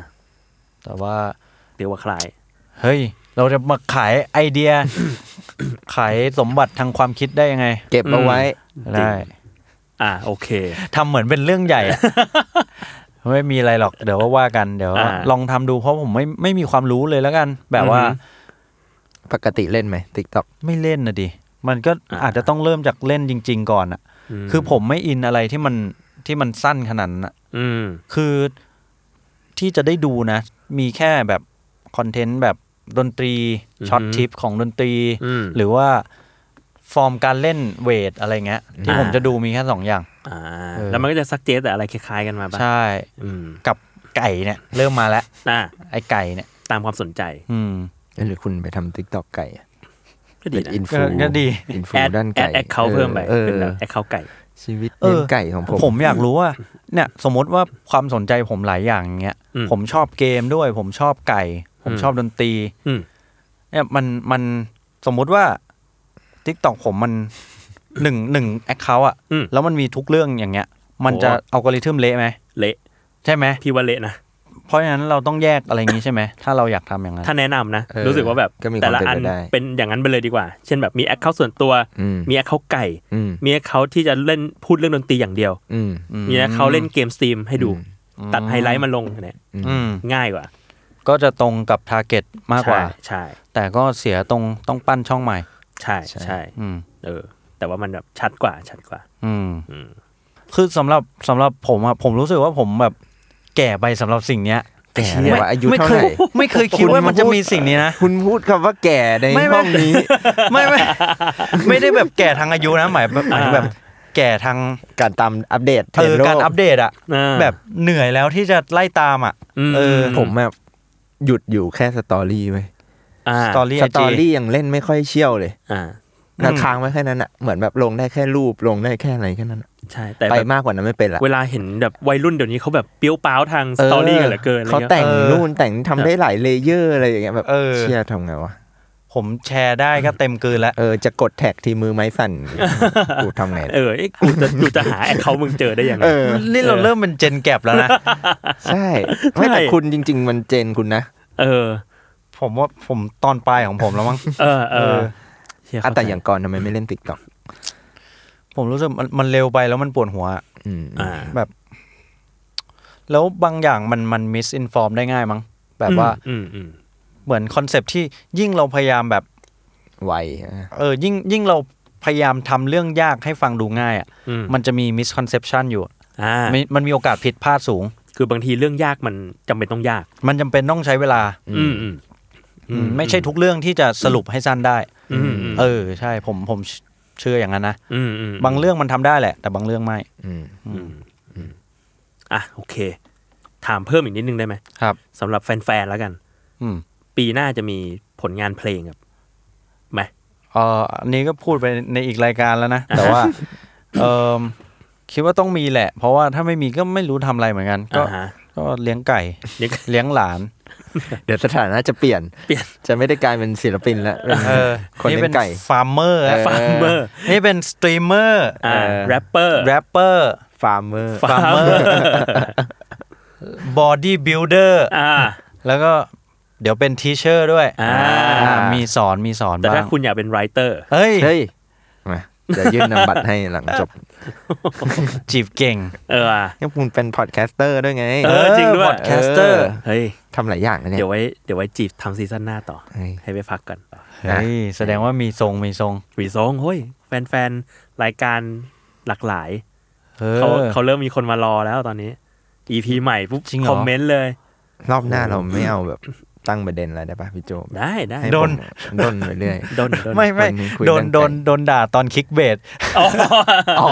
C: แต่ว่า
B: เดี๋ยวว่าคลาย
C: เฮ้ย เราจะมาขายไอเดีย ขายสมบัติทางความคิดได้ยังไง
D: เก็บเอาไว้
B: จริง
C: ได้
B: อ่าโอเค
C: ทำเหมือนเป็นเรื่องใหญ่อะ ไม่มีอะไรหรอกเดี๋ยวว่าว่ากันเดี๋ยว
B: อ่า
C: ลองทำดูเพราะผมไม่ไม่มีความรู้เลยแล้วกัน แบบว่า
D: ปกติเล่นไหมติ๊กต็อก
C: ไม่เล่นนะดิ มันก็
B: อ่า
C: อาจจะต้องเริ่มจากเล่นจริง ๆ ก่อนอะ
B: ม
C: คือผมไม่อินอะไรที่มันที่มันสั้นขนาดนั้นอะ
B: อืม
C: คือที่จะได้ดูนะ มีแค่แบบคอนเทนต์แบบดนตรีช็อตทิปของดนตรี
B: อืม
C: หรือว่าฟอร์มการเล่นเวทอะไรเงี้ย ที่
B: อ่า
C: ผมจะดูมีแค่สองอย่าง
B: อ่า
C: เออ
B: แล้วมันก็จะซักเจสแต่อะไรคล้ายๆกันมาบ้าง
C: ใช่
B: อืม
C: กับไก่เนี่ย เริ่มมาแล้ว
B: อ่า
C: ไอ้ไก่เนี่ย
B: ตามความสนใจ
C: อืม
D: เอ้ยหรือคุณไปทำติ๊กต็อกไก่อะ
B: ก็ดี
D: เป็น
B: นะ
D: อิน
C: ก็
D: ฟู
C: ก็ดี
D: อินฟู
B: แอด
D: ด้าน
B: แอ
D: ไก่
B: ดแอคเคาท์เพิ่มไป
D: เออ
B: เป็นแบ
D: เออบ
B: แอคเคาท์ไก่
D: ชีวิต
C: เออ
D: เลี้ยงไก่ของผม
C: ผมอยากรู้ว่า เนี่ย สมมติว่าความสนใจผมหลายอย่างเงี้ย
B: อืม
C: ผมชอบเกมด้วย ผมชอบไก่ ผม
B: อืม
C: ชอบดนตรี
B: อืม
C: เนี่ยมันมันสมมุติว่าทิกตอกผมมัน หนึ่งหนึ่งแอคเคาท์อ่ะ
B: อืม
C: แล้วมันมีทุกเรื่องอย่างเงี้ย มันจะ
B: โอ้
C: เอากริทึมเละไหม
B: เละ
C: ใช่ไหม
B: พี่ว่าเละนะ
C: เพราะฉะนั้นเราต้องแยกอะไรอย่างงี้ใช่ไหม ถ้าเราอยากทำอย่างนั้น
B: ถ้าแนะนำนะ
D: เออ
B: รู้สึกว่าแบบ
D: ก็มีความ
B: แต่ละอัน
D: เป็นไปได้
B: เป็นอย่างนั้นไปเลยดีกว่า เช่นแบบมีแอคเคาท์ส่วนตัว
D: อืม
B: มีแอคเคาท์ไก่
D: อืม
B: มีแอคเคาท์ที่จะเล่นพูดเรื่องดนตรีอย่างเดียว
D: อืม
B: มีแอคเคาท์เล่นเกมสตรีมให้ดู
C: อืม
B: ตัดไฮไลท์มาลงเนี่ย
C: อืม
B: ง่ายกว่า
C: ก็จะตรงกับทาร์เก็ตมากกว่า
B: ใช่
C: แต่ก็เสียตรงต้องปั้นช่องใหม่
B: ใช่
D: ใช่
B: ใช่ใช่
C: อืม
B: เออ แต่ว่ามันแบบชัดกว่าชัดกว่า
C: อืม
B: อืม
C: คือสำหรับสำหรับผมอะผมรู้สึกว่าผมแบบ แก่ไปสำหรับสิ่งเนี้ย
D: แก่เลยว่าอายุ
C: ไม่
D: เท่า
C: เค
D: ไห
C: ย
D: ร่
C: ไม่เคยคิดว่ามันจะมีสิ่งนี้นะ
D: คุณพูดคำว่าแก่ใน
C: ไม่ไม่
D: ห้องนี้
C: ไม่ไม่ไม่ได้แบบแก่ทางอายุนะหมายหมายถึงแบบ แก่ทาง
D: การตามอัปเดตเท
C: เออ
D: รนด์โล
C: การ
D: ก
C: อัปเดตอะ
B: อ่า
C: แบบเหนื่อยแล้วที่จะไล่ตามอะ
B: ม
C: เออ
D: ผมแบบหยุดอยู่แค่สตอรี่ไว้ย
B: อ่า
C: สตอรี่
D: ส
C: ไอ
D: ตอ
C: จี
D: รี่ยังเล่นไม่ค่อยเชี่ยวเลย
B: อ่า
D: นะ
C: อืม
D: ค้างไว้แค่นั้นอะเหมือนแบบลงได้แค่รูปลงได้แค่อะไรแค่นั้นอะ
B: ใช่แต่
D: ไป
B: แบบ
D: มากกว่านั้นไม่เป็นละ
B: เวลาเห็นแบบวัยรุ่นเดี๋ยวนี้เขาแบบเปรี้ยวป้าวทางสตอรี่กันเหลือเกินอะไร
D: เขา
B: เงี้ย
D: แต่ง
C: เออ
D: นู่นแต่งนี่ทำได้หลายเลเยอร์อะไรอย่างเงี้ยแบบ
C: เออ
D: เชี่ยทำไงวะ
C: ผมแชร์ได้ก็เต็มเกินแล้ว
D: เออจะกดแท็กทีมือไม้ สั่น กูทำไง
B: เออเอ๊ะกูจะกูจะหาแอคเคาท์มึงเจอได้ยังไง
D: เออ
C: นี่เราเริ่มเป็นเจนแก็บ แล้วนะ
D: ใช่ไม่แต่
B: ใช่
D: คุณจริง ๆ มันเจนคุณนะ
B: เออ
C: ผมว่าผมตอนปลายของผมแล้วมั้ง
B: เออเออ
C: เออ
B: เชี่
D: อ่ะ
B: เข้ใจ
D: แต่อย่างก่อนทำไมไม่เล่นติ๊กต็อก
C: ผมรู้สึกมันมันเร็วไปแล้วมันปวดหัว
D: อืม
B: อ่า
C: แล้วบางอย่างมันมันมิสอินฟอร์มได้ง่ายมั้งแบบว่า
B: อืมอืม
C: เหมือนคอนเซปที่ยิ่งเราพยายามแบบ
D: ไวอ่ะ
C: เออยิ่งยิ่งเราพยายามทำเรื่องยากให้ฟังดูง่ายอ่ะ
B: อืม
C: มันจะมีมิสคอนเซปชันอยู่
B: อ่า
C: มีมันมีโอกาสผิดพลาดสูง
B: คือบางทีเรื่องยากมันจำเป็นต้องยาก
C: มันจำเป็นต้องใช้เวลา
B: อืมอืมอื
C: ไม่ใช่ทุกเรื่องที่จะสรุปให้สั้นได้
B: อืมม
C: เออใช่ผมผมเชื่ออย่างนั้นนะ
B: อืมอืม
C: บางเรื่องมันทำได้แหละ แต่บางเรื่องไม่
D: อืม
B: อืมอืมอ่ะโอเค ถามเพิ่มอีกนิดนึงได้ไหม
C: ครับ
B: สำหรับแฟนๆแล้วกัน
C: อืม
B: ปีหน้าจะมีผลงานเพลงครับไหม
C: เอออันนี้ก็พูดไปในอีกรายการแล้วนะ แต่ว่าเออคิดว่าต้องมีแหละ เพราะว่าถ้าไม่มีก็ไม่รู้ทำอะไรเหมือนกัน ก็
B: อ่าฮะ
C: ก็เลี้ยงไก่
B: เลี้ยงไก่
C: เลี้ยงหลาน
D: เดี๋ยวสถานะจะเปลี่ยน
B: เปลี่ยน
D: จะไม่ได้กลายเป็นศิลปินแล้ว
C: เออ
D: คนเลี้ยงไก่
C: ฟาร์มเมอร์
D: เออ
B: ฟาร์มเมอร์
C: นี่เป็นสตรีมเมอร์
B: อ่า
D: เออ
B: แรปเปอร์
C: แรปเปอร์
D: ฟาร์มเมอร์
B: ฟาร์มเมอร์
C: บอดี้บิลเดอร์
B: อ่า
C: แล้วก็เดี๋ยวเป็นทีเชอร์ด้วย
B: อ่า
C: อ่ามีสอนมีสอน
B: แต่
C: บ้า
B: ถ้าง คุณอยากเป็นไรเตอร์
C: เฮ้ย
D: เฮ้ยมาเดี๋ยวยื่นนำบัตรให้หลัง จบ
C: จีบเก่ง
B: เออว่ะ
D: นี่คุณเป็นพอดแคสเตอร์ด้วยไง
B: เออจริงด้วย
C: พอดแคสเตอร์
B: เฮ้ย
D: ทำหลายอย่างนะเนี่ย
B: เดี๋ยวไว้ เดี๋ยวไว้จีบทำซีซั่นหน้าต่อ
D: เฮ้ย
B: ให้ไปพักก่อน
C: เฮ้ย แสดงว่ามีทรงมีทรง
B: หวีซองเฮ้ย แฟนๆ รายการหลากหลาย
C: เออ
B: เขาเขาเริ่มมีคนมารอแล้วตอนนี้ EP ใหม่ปุ๊บ
C: จริงเหรอ
B: คอมเมนต์เลย
D: รอบหน้าเราไม่เอาแบบตั้งประเด็นอะไรได้ป่ะพี่โจ
B: ได้ได้
D: ให้
C: โดน
D: ผมโดนไปเรื่อย
B: โดนโดน
C: ไม่ไม่
D: วันนี้คุย
C: โดน
D: เรื่องไก่
C: โดนโดนด่าตอนคิกเบส
B: อ๋อ
D: อ๋อ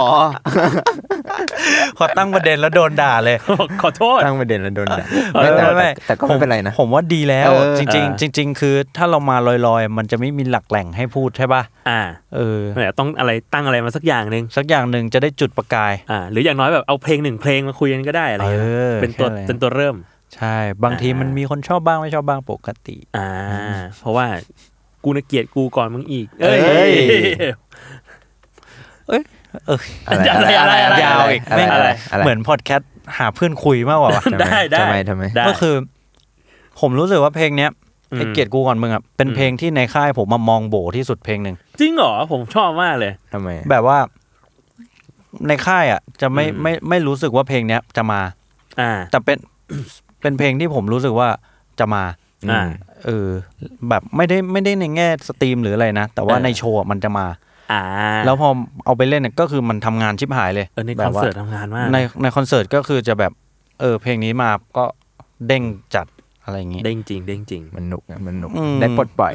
C: พอตั้งประเด็นแล้วโดนด่าเลย
B: บอก ขอโทษ
D: ตั้งประเด็นแล้วโดนด่าไม่แต่แต่แต่ก็ไม่เป็นไรนะ
C: ผมว่าดีแล้ว
D: เออ
C: จริง
B: เออ
C: ๆจริง ๆ คือถ้าเรามาลอยๆ มันจะไม่มีหลักแหล่งให้พูดใช่ป่ะ
B: อ่า
C: เออ
B: เดี๋ยวต้องอะไรตั้งอะไรมาสักอย่างหนึ่ง
C: สักอย่างหนึ่งจะได้จุดประกาย
B: อ่า หรืออย่างน้อยแบบเอาเพลงหนึ่งเพลงมาคุยกันก็ได้อะไรอย่างเงี้ย
C: เออ
B: เป็นตัว
C: แค่นั้น
B: เป็นตัวเริ่ม
C: ใช่ บางที
B: อ่ามั
C: มันมีคนชอบบ้างไม่ชอบบ้างปกติ
B: อ่า เพราะว่ากูน่ะเกลียดกูก่อนมึงอีก เอ้ย
D: เอ้ย
C: เออ
D: อะไร
B: อะไรอะไรอะไร
C: ยาวอีก
D: อะไร
C: ไม่ง
D: อะไรอะไร
C: เหมือนพอดแคสต์หาเพื่อนคุยมากกว่าว่ะ
D: ทำม
B: ได้ได้
D: ทำไมทำไม
B: ได้
C: ก็คือ ผมรู้สึกว่าเพลงเนี้ยไอเกียรติกูก่อนมึงอ่ะเป็น
B: อืม
C: เพลงที่ในค่ายผมมามองโบที่สุดเพลงหนึ่ง
B: จริงเหรอ ผมชอบมากเลย
D: ทำไม
C: แบบว่าในค่ายอ่ะ จะไม่
B: อืม
C: ไม่ไม่รู้สึกว่าเพลงเนี้ยจะมา
B: อ่า
C: แต่เป็น เป็นเพลงที่ผมรู้สึกว่าจะมา
B: อ่า
C: เออ แบบไม่ได้ไม่ได้ในแง่สตรีมหรืออะไรนะ แต่ว่า
B: เออ
C: ในโชว์อะมันจะมา
B: อ่า
C: แล้วพอเอาไปเล่นเนี่ยก็คือมันทำงานชิบหายเลย
B: เออใน
C: แบ
B: คอบ น
C: ว่า
B: เสิร์ตทำงานมาก
C: ในในคอนเสิร์ตก็คือจะแบบ เออ เพลงนี้มาก็เด้งจัดอะไรอย่างงี้
B: เด้งจริงเด้งจริง
D: มันหนุกอะมันหนุก
C: อืม
D: ได้ปลดปล่อย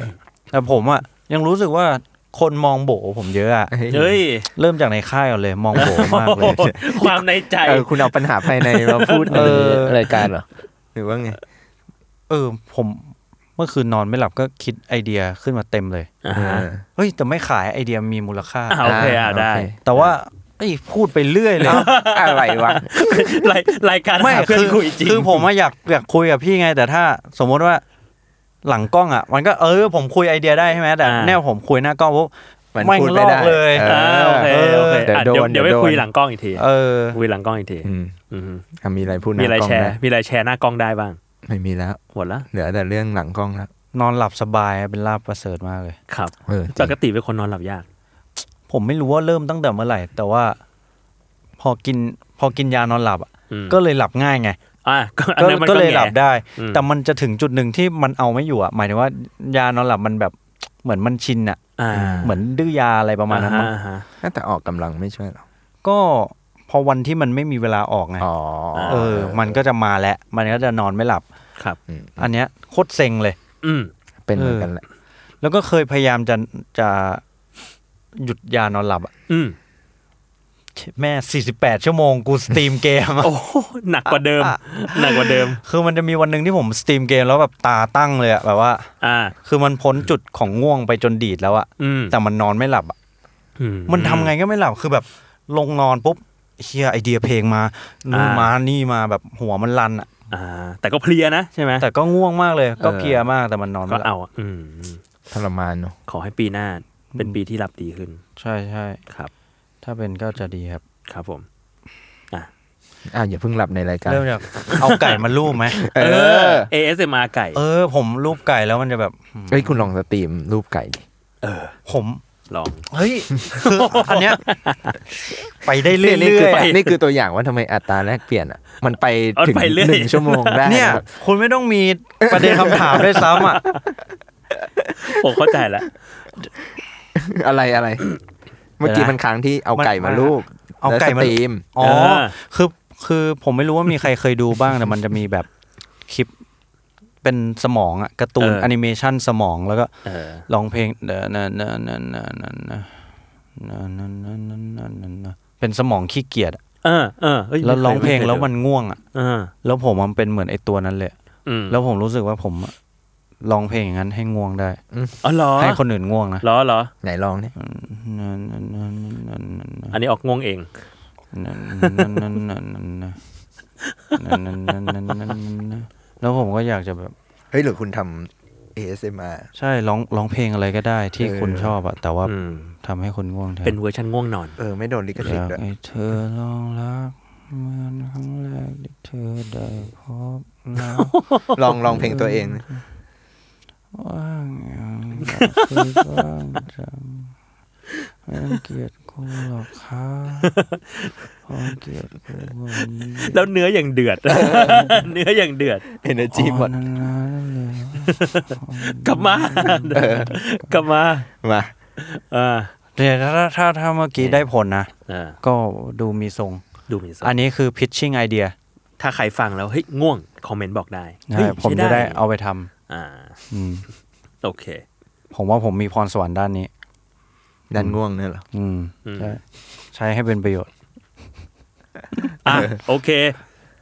C: แต่ผมอ่ะยังรู้สึกว่าคนมองโบผมเยอะอะ
B: เฮ้ย
C: เริ่มจากในค่ายก่อนเลย มองโบมากเลย
B: ความในใจ
D: เออคุณเอาปัญหาภายในมาพูดใน
C: เออ
D: รายการเหรอ หรือว่าไง
C: เออผมเมื่อคืนนอนไม่หลับก็คิดไอเดียขึ้นมาเต็มเลย
B: อ่า
D: เอ
B: ฮะ
D: อ
C: เฮ้ย แต่ไม่ขายไอเดียมีมูลค่า
B: อ่าโอเคอ่าได้
C: แต่ว่าไอยพูดไปเรื่อยเลย
D: อะไรวะ
B: รายรายการ
C: ไม่
B: หาเพื่อน
C: คือ
B: คุยจริง
C: คือผมอะอยากอยากคุยกับพี่ไง แต่ถ้าสมมติว่าหลังกล้องอ่ะ มันก็เออผมคุยไอเดียได้ใช่ไหมแต่แน่ผมคุยหน้ากล้องปุ๊บ
D: มัน
C: ไม่
D: พูดไม่
C: ล
D: ได้
C: อกเลย
D: เอ
B: อ่า
D: อ
B: โอเคโอเค
D: เดี๋ยว
B: อ่ะ
D: โด
B: เดี๋ยวน เดี๋ยว
D: เดี๋
B: ไป
D: ยวโดน
B: คุยหลังกล้องอีกที
C: เออ
B: คุยหลังกล้องอีกที
D: อืม
B: อือฮึ
D: อ่ะมีอะไรพูดหน้า
B: มีอะไร
D: กล้อง
B: แชร์
D: นะ
B: มีอะไรแชร์หน้ากล้องได้บ้าง
D: ไม่มีแล้ว
B: หมดละ
D: เหลือแต่เรื่องหลังกล้องแล้ว
C: นอนหลับสบายเป็นลาบประเสริฐมากเลย
B: ครับ
D: เออ
B: ป
D: จริง
B: กติเป็นคนนอนหลับยาก
C: ผมไม่รู้ว่าเริ่มตั้งแต่เมื่อไหร่ แต่ว่า พอกินพอกินยานอนหลับอะ
B: อืม
C: ก็เลยหลับง่ายไง
B: อ่ะ ก็อัน
C: ก็
B: นั้นมัน
C: ก็
B: ก็
C: เลยหลับ
B: แง่
C: ได้
B: อืม
C: แต่มันจะถึงจุดหนึ่งที่มันเอาไม่อยู่อ่ะ หมายถึงว่ายานอนหลับมันแบบเหมือนมันชินอ่ะ
B: อ่า
C: เหมือนดื้อยาอะไรประมาณนั้นมั้ง
B: อ่ฮะ
D: แต่ออกกำลังไม่ช่วยหรอก
C: ก็พอวันที่มันไม่มีเวลาออกไง
D: อ๋อ
C: เออ มันก็จะมาแล้ว มันก็จะนอนไม่หลับ
B: ครับ
D: อืม
C: อันเนี้ยโคตรเซ็งเลย
B: อืม
D: เป็นเหมือนกันแหละ
C: แล้วก็เคยพยายามจะจะหยุดยานอนหลับอะ
B: อืม
C: แม่ 48 ชั่วโมงกูสตรีมเกมอะ
B: โอ้โหหนักกว่าเดิม หนักกว่าเดิม
C: คือมันจะมีวันหนึ่งที่ผมสตรีมเกมแล้วแบบตาตั้งเลยอะแบบว่า
B: อ่า
C: คือมันพ้นจุดของง่วงไปจนดีดแล้วอะ
B: อืม
C: แต่มันนอนไม่หลับอะ
B: อื
C: มันทำไงก็ไม่หลับ คือแบบลงนอนปุ๊บเฮียไอเดียเพลงมานู่นมานี่มาแบบหัวมันรันอ่ะ
B: อ่า แต่ก็เพลียนะใช่ไหม
C: แต่ก็ง่วงมากเลย ก็
D: เออ
C: เพลียมากแต่มันนอน
B: ก็
C: ไม่หลับ
B: เอาอ่ะอืม
D: ทรมานเนอะ
B: ขอให้ปีหน้า เป็นปีที่รับดีขึ้น
C: ใช่ใช่
B: ครับ
C: ถ้าเป็นก็จะดีครับ
B: ครับผม
D: อ้าวอย่าเพิ่งหลับในรายการ
C: เริ่มจาก เอาไก่มาลูบไหม
D: เอ
B: เอ
D: อ
B: อ ASMR ไก่
C: เออ ผมลูบไก่แล้วมันจะแบบ
D: เฮ้ยคุณลองสตรีมรูปไก่ดิ
C: ผม
B: ลอง
C: เฮ้ย อันเนี้ยไปได้เรื่อย
D: นี่
C: ๆ
D: คือ
C: อะ
D: นี่คือตัวอย่างว่าทำไมอัตราแลกเปลี่ยนอ่ะ มันไป
B: มัน
D: ถึง
B: ไปเรื่อย
D: หนึ่งชั่วโมงได้
C: เนี่ย
D: แบบ
C: คุณไม่ต้องมีประเด็นคำถามด้วยซ้ำอ่ะ
B: ผมเข้าใจละ
D: อะไรอะไร เมื่อกี้มันค้างที่เอาไก่มาลูก
C: เอาไก่มา
D: แล้วสตรีม
C: อ๋อ คือคือผมไม่รู้ว่ามีใครเคยดูบ้างแต่มันจะมีแบบคลิปเป็นสมองอะการ์ตูนแอนิเมชันสมองแล้วก็
B: เออ
C: ร้องเพลงเดอะนะนะนะนะนะนะนะนะนะนะนะนะนะเป็นสมองขี้เกียจอะ
B: เออเออฮ้ย
C: แล้วร้องเพลง
B: ไคย
C: แล้วมันง่วงอ่ะ
B: เออ
C: แล้วผมมันเป็นเหมือนไอตัวนั้นเลย
B: อืม
C: แล้วผมรู้สึกว่าผมอะร้องเพลงอย่างนั้นให้ง่วงได้
B: อ๋อเหรอ
C: ให้คนอื่นง่วงนะ
B: เหรอเหรอ
D: ไหนลองเนี่ย
C: นะนะนะนะนะนะ
B: อันนี้ออกงวงเอง
C: นะนะนะนะนะนะนะนะนะนะนะนะ แล้วผมก็อยากจะแบบ
D: เฮ้ยหรือคุณทำ ASMR
C: ใช่ร้องร้องเพลงอะไรก็ได้ที่คุณชอบอะแต่ว่า
B: อืม
C: ทำให้คนง่วงแทน
B: เป็นเวอร์ชันง่วงนอน
D: เออ ไม่โดนลิข
C: อ
D: สิท
C: ยาก
D: ธิ์ด้วย
C: ให้เธอลองรักเหมือนครั้งแรกที่เธอได้พบแล้ว
D: ลองลองเพลงตัวเอง
C: ว่างอย่างคือว่างจังไม่ต้องเกลียดกูหรอกครับพอเกลียดกูวันนี้
B: แล้วเนื้ออย่างเดือด เนื้ออย่างเดือด
D: เอเนจีหมด
C: นานๆเลย
B: กลับมา กลับมา
D: มา
B: อ่า
C: เดี๋ยวถ้าถ้าถ้าเมื่อกี้ได้ผลนะ
B: อ่า
C: ก็ดูมีทรง
B: ดูมีส
C: อันนี้คือ pitching idea
B: ถ้าใครฟังแล้วเฮ้ยง่วง คอมเมนต์บอกได้
C: นะ
B: เฮ้ย
C: ฮะผม
B: ใช้
C: จะได้เอาไปท
B: อ่า
C: ำอืม
B: โอเค
C: ผมว่าผมมีพรสวรรค์ด้านนี้
D: ดันง่วงเนี่ยเหรอ
C: อืม
B: อืม
C: ใช่ใช้ให้เป็นประโยชน์
B: อ่ะ โอเค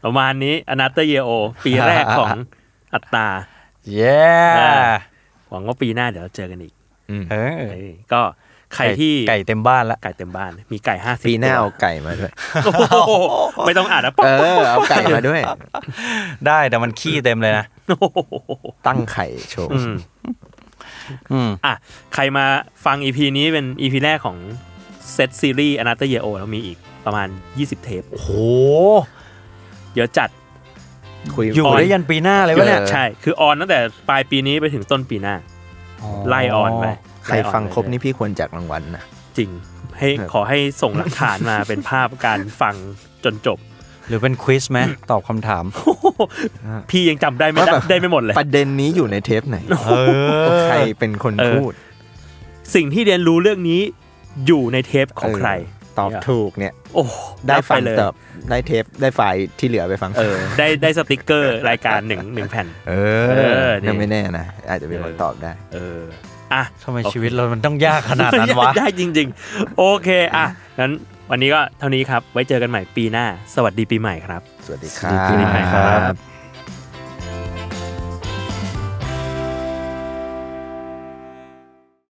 B: ประมาณนี้อนาเตเยโอปีแรกของอัตตา
C: เย้
B: อ่า หวังว่าปีหน้าเดี๋ยวเราเจอกันอีก
C: เออ
B: เอ้ยก็ใครที่
C: ไก่เต็มบ้านละ
B: ไก่เต็มบ้าน มีไก่ห้าสิบ
D: ปีหน้าเอาไก่ มาด้วย
B: ไม่ต้องอ่านนะ
D: เออ เอาไก่มาด้วย
C: ได้แต่มันขี้เต็มเลยนะ
B: โอ้โห
D: ตั้งไข่โชว์
B: อืม
C: อืม
B: อ่ะ ใครมาฟัง EP นี้เป็น EP แรกของเซตซีรีส์ Another Year Old แล้วมีอีกประมาณ 20 เทป
C: โอ้โห
B: เยอะจัด
D: คุย
C: อยู่ได้ยันปีหน้าเลยวะเนี่ย
D: ออ
B: ใช่ คือออนตั้งแต่ปลายปีนี้ไปถึงต้นปีหน้า ไล่ออนไป
D: ใคร
B: ไล่ออน
D: ฟังครบ
B: ไป
D: นี่พี่ควรแจกรางวัลนะ
B: จริง ให้
D: ครับ
B: ขอให้ส่งหลักฐานมา เป็นภาพการฟังจนจบ
C: หรือเป็นควิสไหม ตอบคำถาม
B: พี่ยังจำได้ไม่ได้
D: ว่าแบบ
B: ได้ไม่หมดเลย
D: ประเด็นนี้อยู่ในเทปไหน
C: เออ
D: ใครเป็นคน
B: เออ
D: พูด
B: สิ่งที่เรียนรู้เรื่องนี้อยู่ในเทปของ
D: เ
B: ใคร
D: ตอบถูกเนี่ย
B: โอ้
D: ได้ฟัง
B: ปเลย
D: เติบได้เทปได้ไฟล์ที่เหลือไปฟัง
B: เออ ได้ได้สติกเกอร์รายการหนึ่งหนึ่งแผ่น
D: เอ
B: เออ
D: อ
B: นี่
D: ยังไม่แน่นะ อาจจะเป็นคนตอบได้
B: เอออ่ะ
C: ทำไมชีวิตเรามันต้องยากขนาดนั้นวะ
B: ได้จริง ๆ โอเค อ่ะงั้นวันนี้ก็เท่านี้ครับ ไว้เจอกันใหม่ปีหน้า สวัสดีปีใหม่ครับ
D: สวัสดีครั
C: สวัสดีปีใหม่ครับ บ